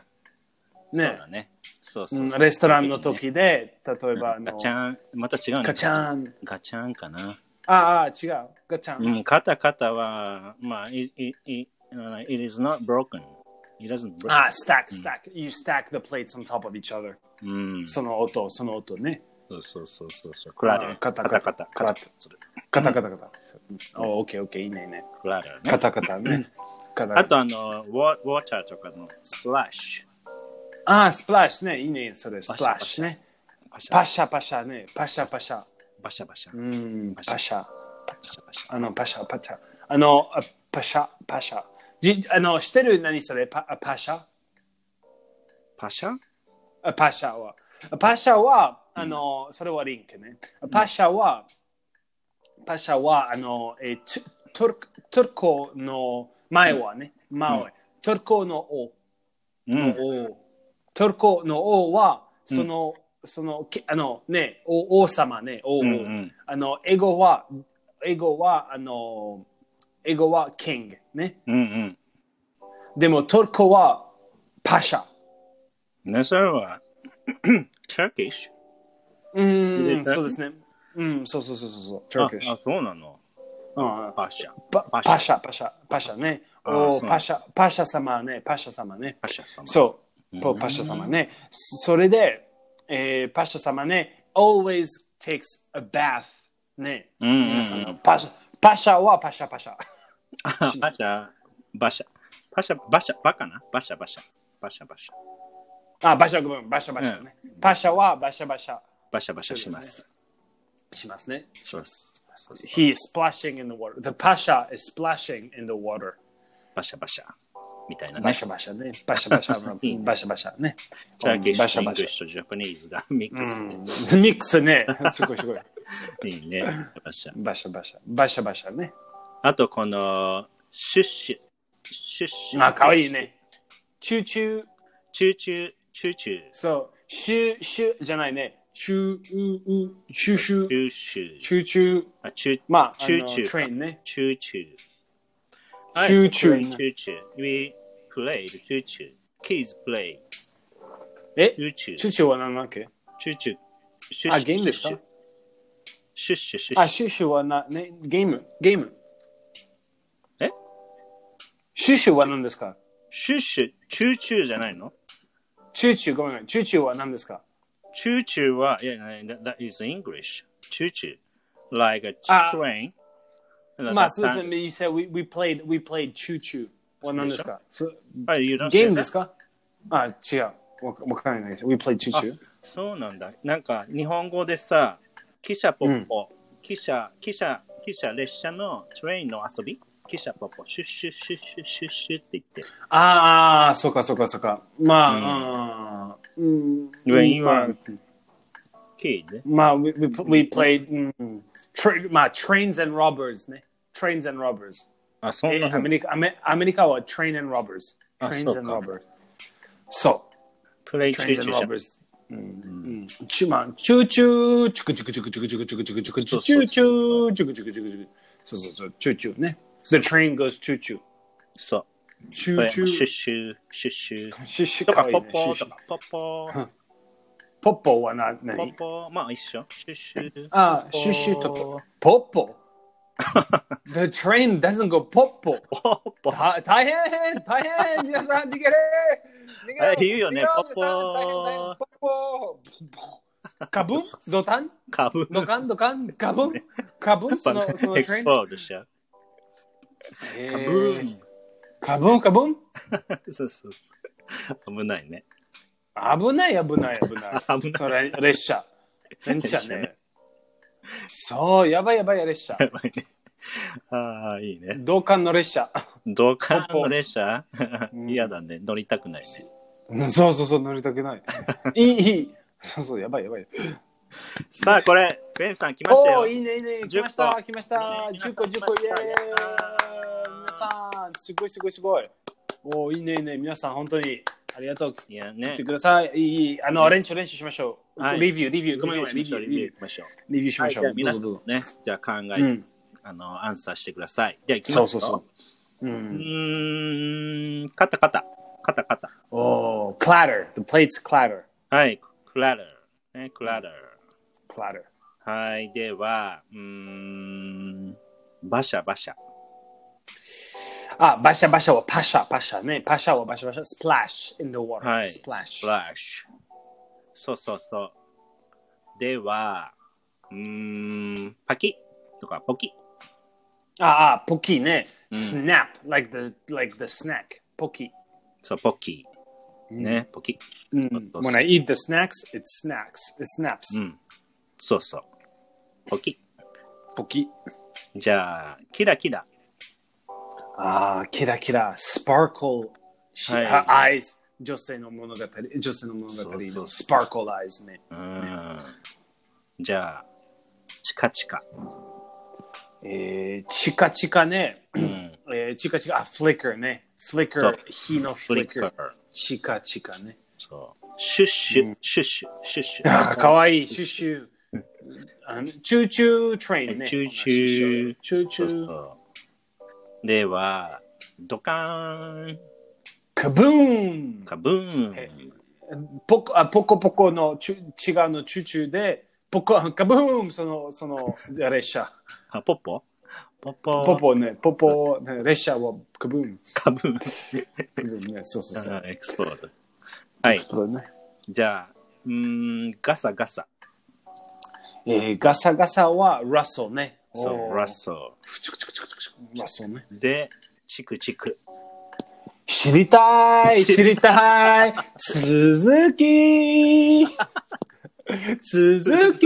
ね
そうだね。そうそううんそう。
レストランの
ね。
時で、例えばあの、
ガチャン。また違うね。
ガチャン。
ガチャンかな。
ああ、違う。ガチャン。
うん、カタカタは、まあ、it, it, it, uh, it is not broken. It doesn't break.
ああ、stack, stack. You stack the plates on top of each other.
うん、そ
その音、その音ね。
うそうそうそうそう。クラダー。
カタ
カ
カタ
タカタ。カタカタする。
カタカタカタ。そうおオッケーオッケー、いいねいいね。
クラダー
カ
ね。
タカタね。カタカタ
あと、あの、ウォーターとかのスプラッシ
ああ、スプラッシュね。いいね、それ。ス
パ
プ
シャ
ラ
パ
ッ
シ
シ
ャ
ュね。
ュ。パシ
パ
ャ
シャパシャね。パシャパシャ。
バシャバシャ。
う
バ
ん、パシャ。
シャバシャ。
あの、パシャパシャ。あの、あパシャパシャ。じあの、してる何それパあパシャ
パシャ
あパシャは。あパシャは、あの、それはリンクね。あパシャは、パシャは、あの、えー、トゥトルクトルコの前はね、前、
うん
トルコの王。
うん。
王トルコの王は、その、その、けあのね、王王様ね、王、
う
王
んうん。
あの、英語は、英語は、あの、英語は king ね。
うんうん。
でもトルコはパシャ。
ね、それは、Turkish?
う
絶
ん、
対
そうですね。うん、そうそうそうそうそう。ト
あ、
ルキ
あ
ッシュ。
そうなの。
うん
パシャ。
パ
パシャ
パシャ、パシャ、パシャね。
あ
お
そう
パシャ、パシャ様ね、パシャ様ね。
パシャ様。
そう、
ん
ポパシャ様ね。それで、えーパシャ様ね、always takes a bath ね。
うんうんうん
皆さんパシャ、パシャはパシャパシャ。
あ (laughs) バシャ、バシャ。バシャ、バシャ、バカなバシャ、バシャ。バシャ、バシャ。
あ、バシャごめん、バシャバシャね。パシャはバシャバシャ
バシャバシャします。
しますね。
そうです。そうです
He is splashing in the water. The pasha is splashing in the water.
バシャバシャ。みたいな
バ
ね。
シャバシャね。バシャバシャ。
(laughs)
バシャバシャね。
チャーキッシ
バシャ
ュ、イン
バ
グ
シ
リッシュ、ジャパニーズが (laughs) ミックスで
ャ。ミックスね。 (laughs) すごいすごい。
いいね。バシャ。
バシャバシャ。バシャバシャね。
あと、この、シュッシュ。シュッシュ。
あ、かわいい。ね。チューチュー。
チューチュー、チューチュー。
そう。シューシューじゃないね。シュー、ううシューシュー。
チューシュー。
シューチュー。
あ、チュー、
まあ、
チューチュー。
トレインね。
チューチュー。
チューチュー
I played チューチュー。We played チューチュー。Kids play
え
チューチュー。
チューチューは何だっけ
チューチュー。シュッシュ
あ、ゲームですか
シュッシュシュッ
あ、
シ
シュー
ュ。
シューはな、ね、ゲーム。ゲーム。
え
シューシューは何ですか
シュッシュ、チューチューじゃないの
チューチュー、ごめんごめん。チューチューは何ですか
チューチューは、いや、いや that that is English. チューチュー。like a
あ
train.
まあ、そうですね。You said we, we played, we played choo choo. は何ですかそう
あ、you Oh, don't say
ゲームです
that?
かあ、違う。わかわからないです。We played choo choo.
そうなんだ。なんか、日本語でさ、汽車ポッポ、汽車、汽車、汽車、列車のトレインの遊び汽車ポッポ、シュッシュッシュッシュッシュッシュッって言って。
ああ、そうかそうかそうか。まあ、うん。
When you
まあ
are- kid?
まあ、we, we, we played, うん、tra- まあ、trains and robbers ね。trains and robbers.
あ、そん
え
な
アメリカアメアメリカは train and robbers.
あ
trains
そう
and
か
robbers. そう。
プレイチュ
Trains
ー
and
チューじゃん
robbers. うんチュまあチューチューチュクチュクチュクチュクチュクチュクチュクチュクチュクチュチュチュクチュクチュクチュクそうそうそうチュチュね The train goes チュチュ
そう。
チュ
これ
チ
シュ
ュ
ッシュ、シュッシュ。
シュシュ
とか、
わいい
ポ
ね
ッポ
シュシ
と
ュ
か、ポッポ、
ポッポはな
ポッ
何
ポ、まあ一緒。シュッシュ。
あシュシュとポポッポ
(laughs)
The train doesn't go ポッポ
ポッポ。
た大変大変皆さん逃げれ逃げ
あ
れ
言うよ
逃
ね
げろ皆さん
ポッポー
大変大変ポッポー
(laughs)
カブンドタン
株
ドカンドカンガブンカブンそのその
エ
ト
クス
レ
ポ
ン
ードしちゃう。カブーン。
カブンカブン
そうそう。危ないね。
危ない危ない危ない
あ (laughs) 危ない。
それ列車列
列
車
車
ね
ね
そうやばいやばい列車
やばいね。ああ、いいね。
同感の列車
同感の列車
うん
嫌だね。乗りたくない
(laughs)
ね。
そうそうそう乗りたくないい (laughs) いいいそうそうやばいやばい
さあ、これ、クエンさん来ました
おお
よ
ー。いいねいいね来
10
ました来ました
ね
10個10個イ
皆
エー
さ
イ皆さ
ん来ました
んすごいすごいすごいおおいいねいいね皆さん本当にありがとう
いや
言
ね
って。くださいいいいいあの練習練習しましょう、
はい
レビューレビューごめん
レ
ご
ビュー
めん
し
レビュー
ましょうレ
レ
ビュ
ビ
ー
ュー
しましょう。
レビューし
は
ま
い
し
じ
ょ
ゃあ
う
皆さん
どうぞ
もね、じゃあ考
ど
え
うぞう
て、
ん
あの、アンサーしてください。じゃあ行きま
そうそ
すよ。
うそうう
う。うんーん、カタカタ。カタカタ。
おー clatter the plates clatter
はい、クラダー。ね、クラダー。
clatter
はい、では、うーん、バシャバシャ。
あバシャバシャはパシャパシャねパシャはバシャバシャ splash in the water、
はい、
splash
スプラッシュ。そうそうそう。では、うーん、パキッとかポキッ。
ああポキね、
うん
snap like the like the snack ポキ
そう、ポキ。ね、ポキ。
うん
そうそう
when I eat the snacks it snacks it snaps、
うん。そうそう。ポキ。
ポキ
じゃあ、キラキラ。
ああ、キラキラ、スパーコル、
はい
は eyes、女性の物語、女性の物語
そうそ
の
う
スパーコル eyes ね。
うーん。じゃあ、チカチカ。
えー、チカチカね、
うん。
えー、チカチカ、あ、フリッカーね。フリッカ
そう
ー、火のフ
フ
リ
リ
ッ
ッ
カ
カ
ー
ー。。
チカチカね。
そう。シュッシュ、シュッシュ、シュッシュ。
あー、かわいい、シュシュ。あのチューチュートレインね。
チューチュー。
チューチュ
そう
ー。
そうでは、ドカーン、
カブーン
カブー
え
ン。
ポコあポコポコのチュ違うのチューチューで、ポコ、カブーンその、その、列車。
あ、ポッポポッポ。
ポポね、ポポ、ね、列車はカブーン。
カブーン。
カブーンね、そうそうそう。
あエクスプロード。はい。
そうだね
じゃあ、うーん、ガサガサ。
えー、ガサガサはラッソーね。
そう、ラッソ
フチクチクチクチクチクラッソーね。
ー。で、チクチク。
知りたい知りたい続き続き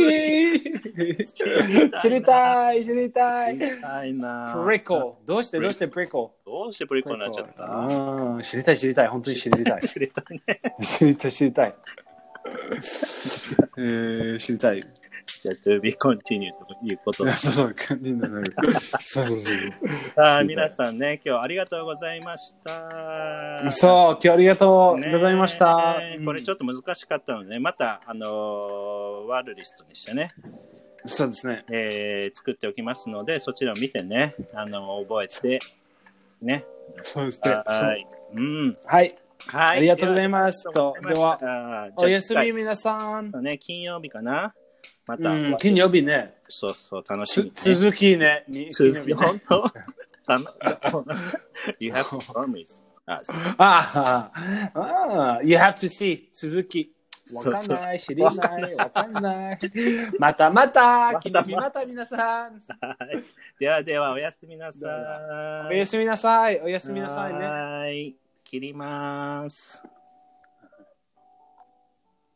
知りたい知りたい
はいな
プリコどうしてどうしてプリコ
どうしてプリコになっちゃった
うん知りたい知りたい本当に知りたい
知れたね。 (laughs)
知りたい (laughs) 知りたい、えー、知り
(laughs)
たい
じゃあ、to be continue ということ
い
で
(laughs) や。そうそう、感じになる。そうそうそう。
さあ、皆さんね、今日ありがとうございました。
そう、今日ありがとう
ね
ございました。
これち
ょ
ょっと難しかったので、また、あのーワールドリストにしてね、
そうですね。
えー作っておきますので、そちらを見てね、あのー覚えて、ね。
そうですね。
は
はい。
い。うん。
はい、
はい。
ありがとうござい
ま
ます。と、では、
は、
おやすみ
み。
皆さん。
ね、金曜日かな。また、
うん、金曜日ね。
そうそう、楽しみ
つ
ね、
続きね。に金曜
続
日
き、
ね
本当あの You have to promise us.
ああ、ああ、You have to see 続き。わ
そうそう
かんない、知りない、わかんない。またまた、金曜日また皆さん。
はい。ではでは、おやすみなさ
で
い。
おやすみなさい、おやすみなさいね。
はーい。切ります。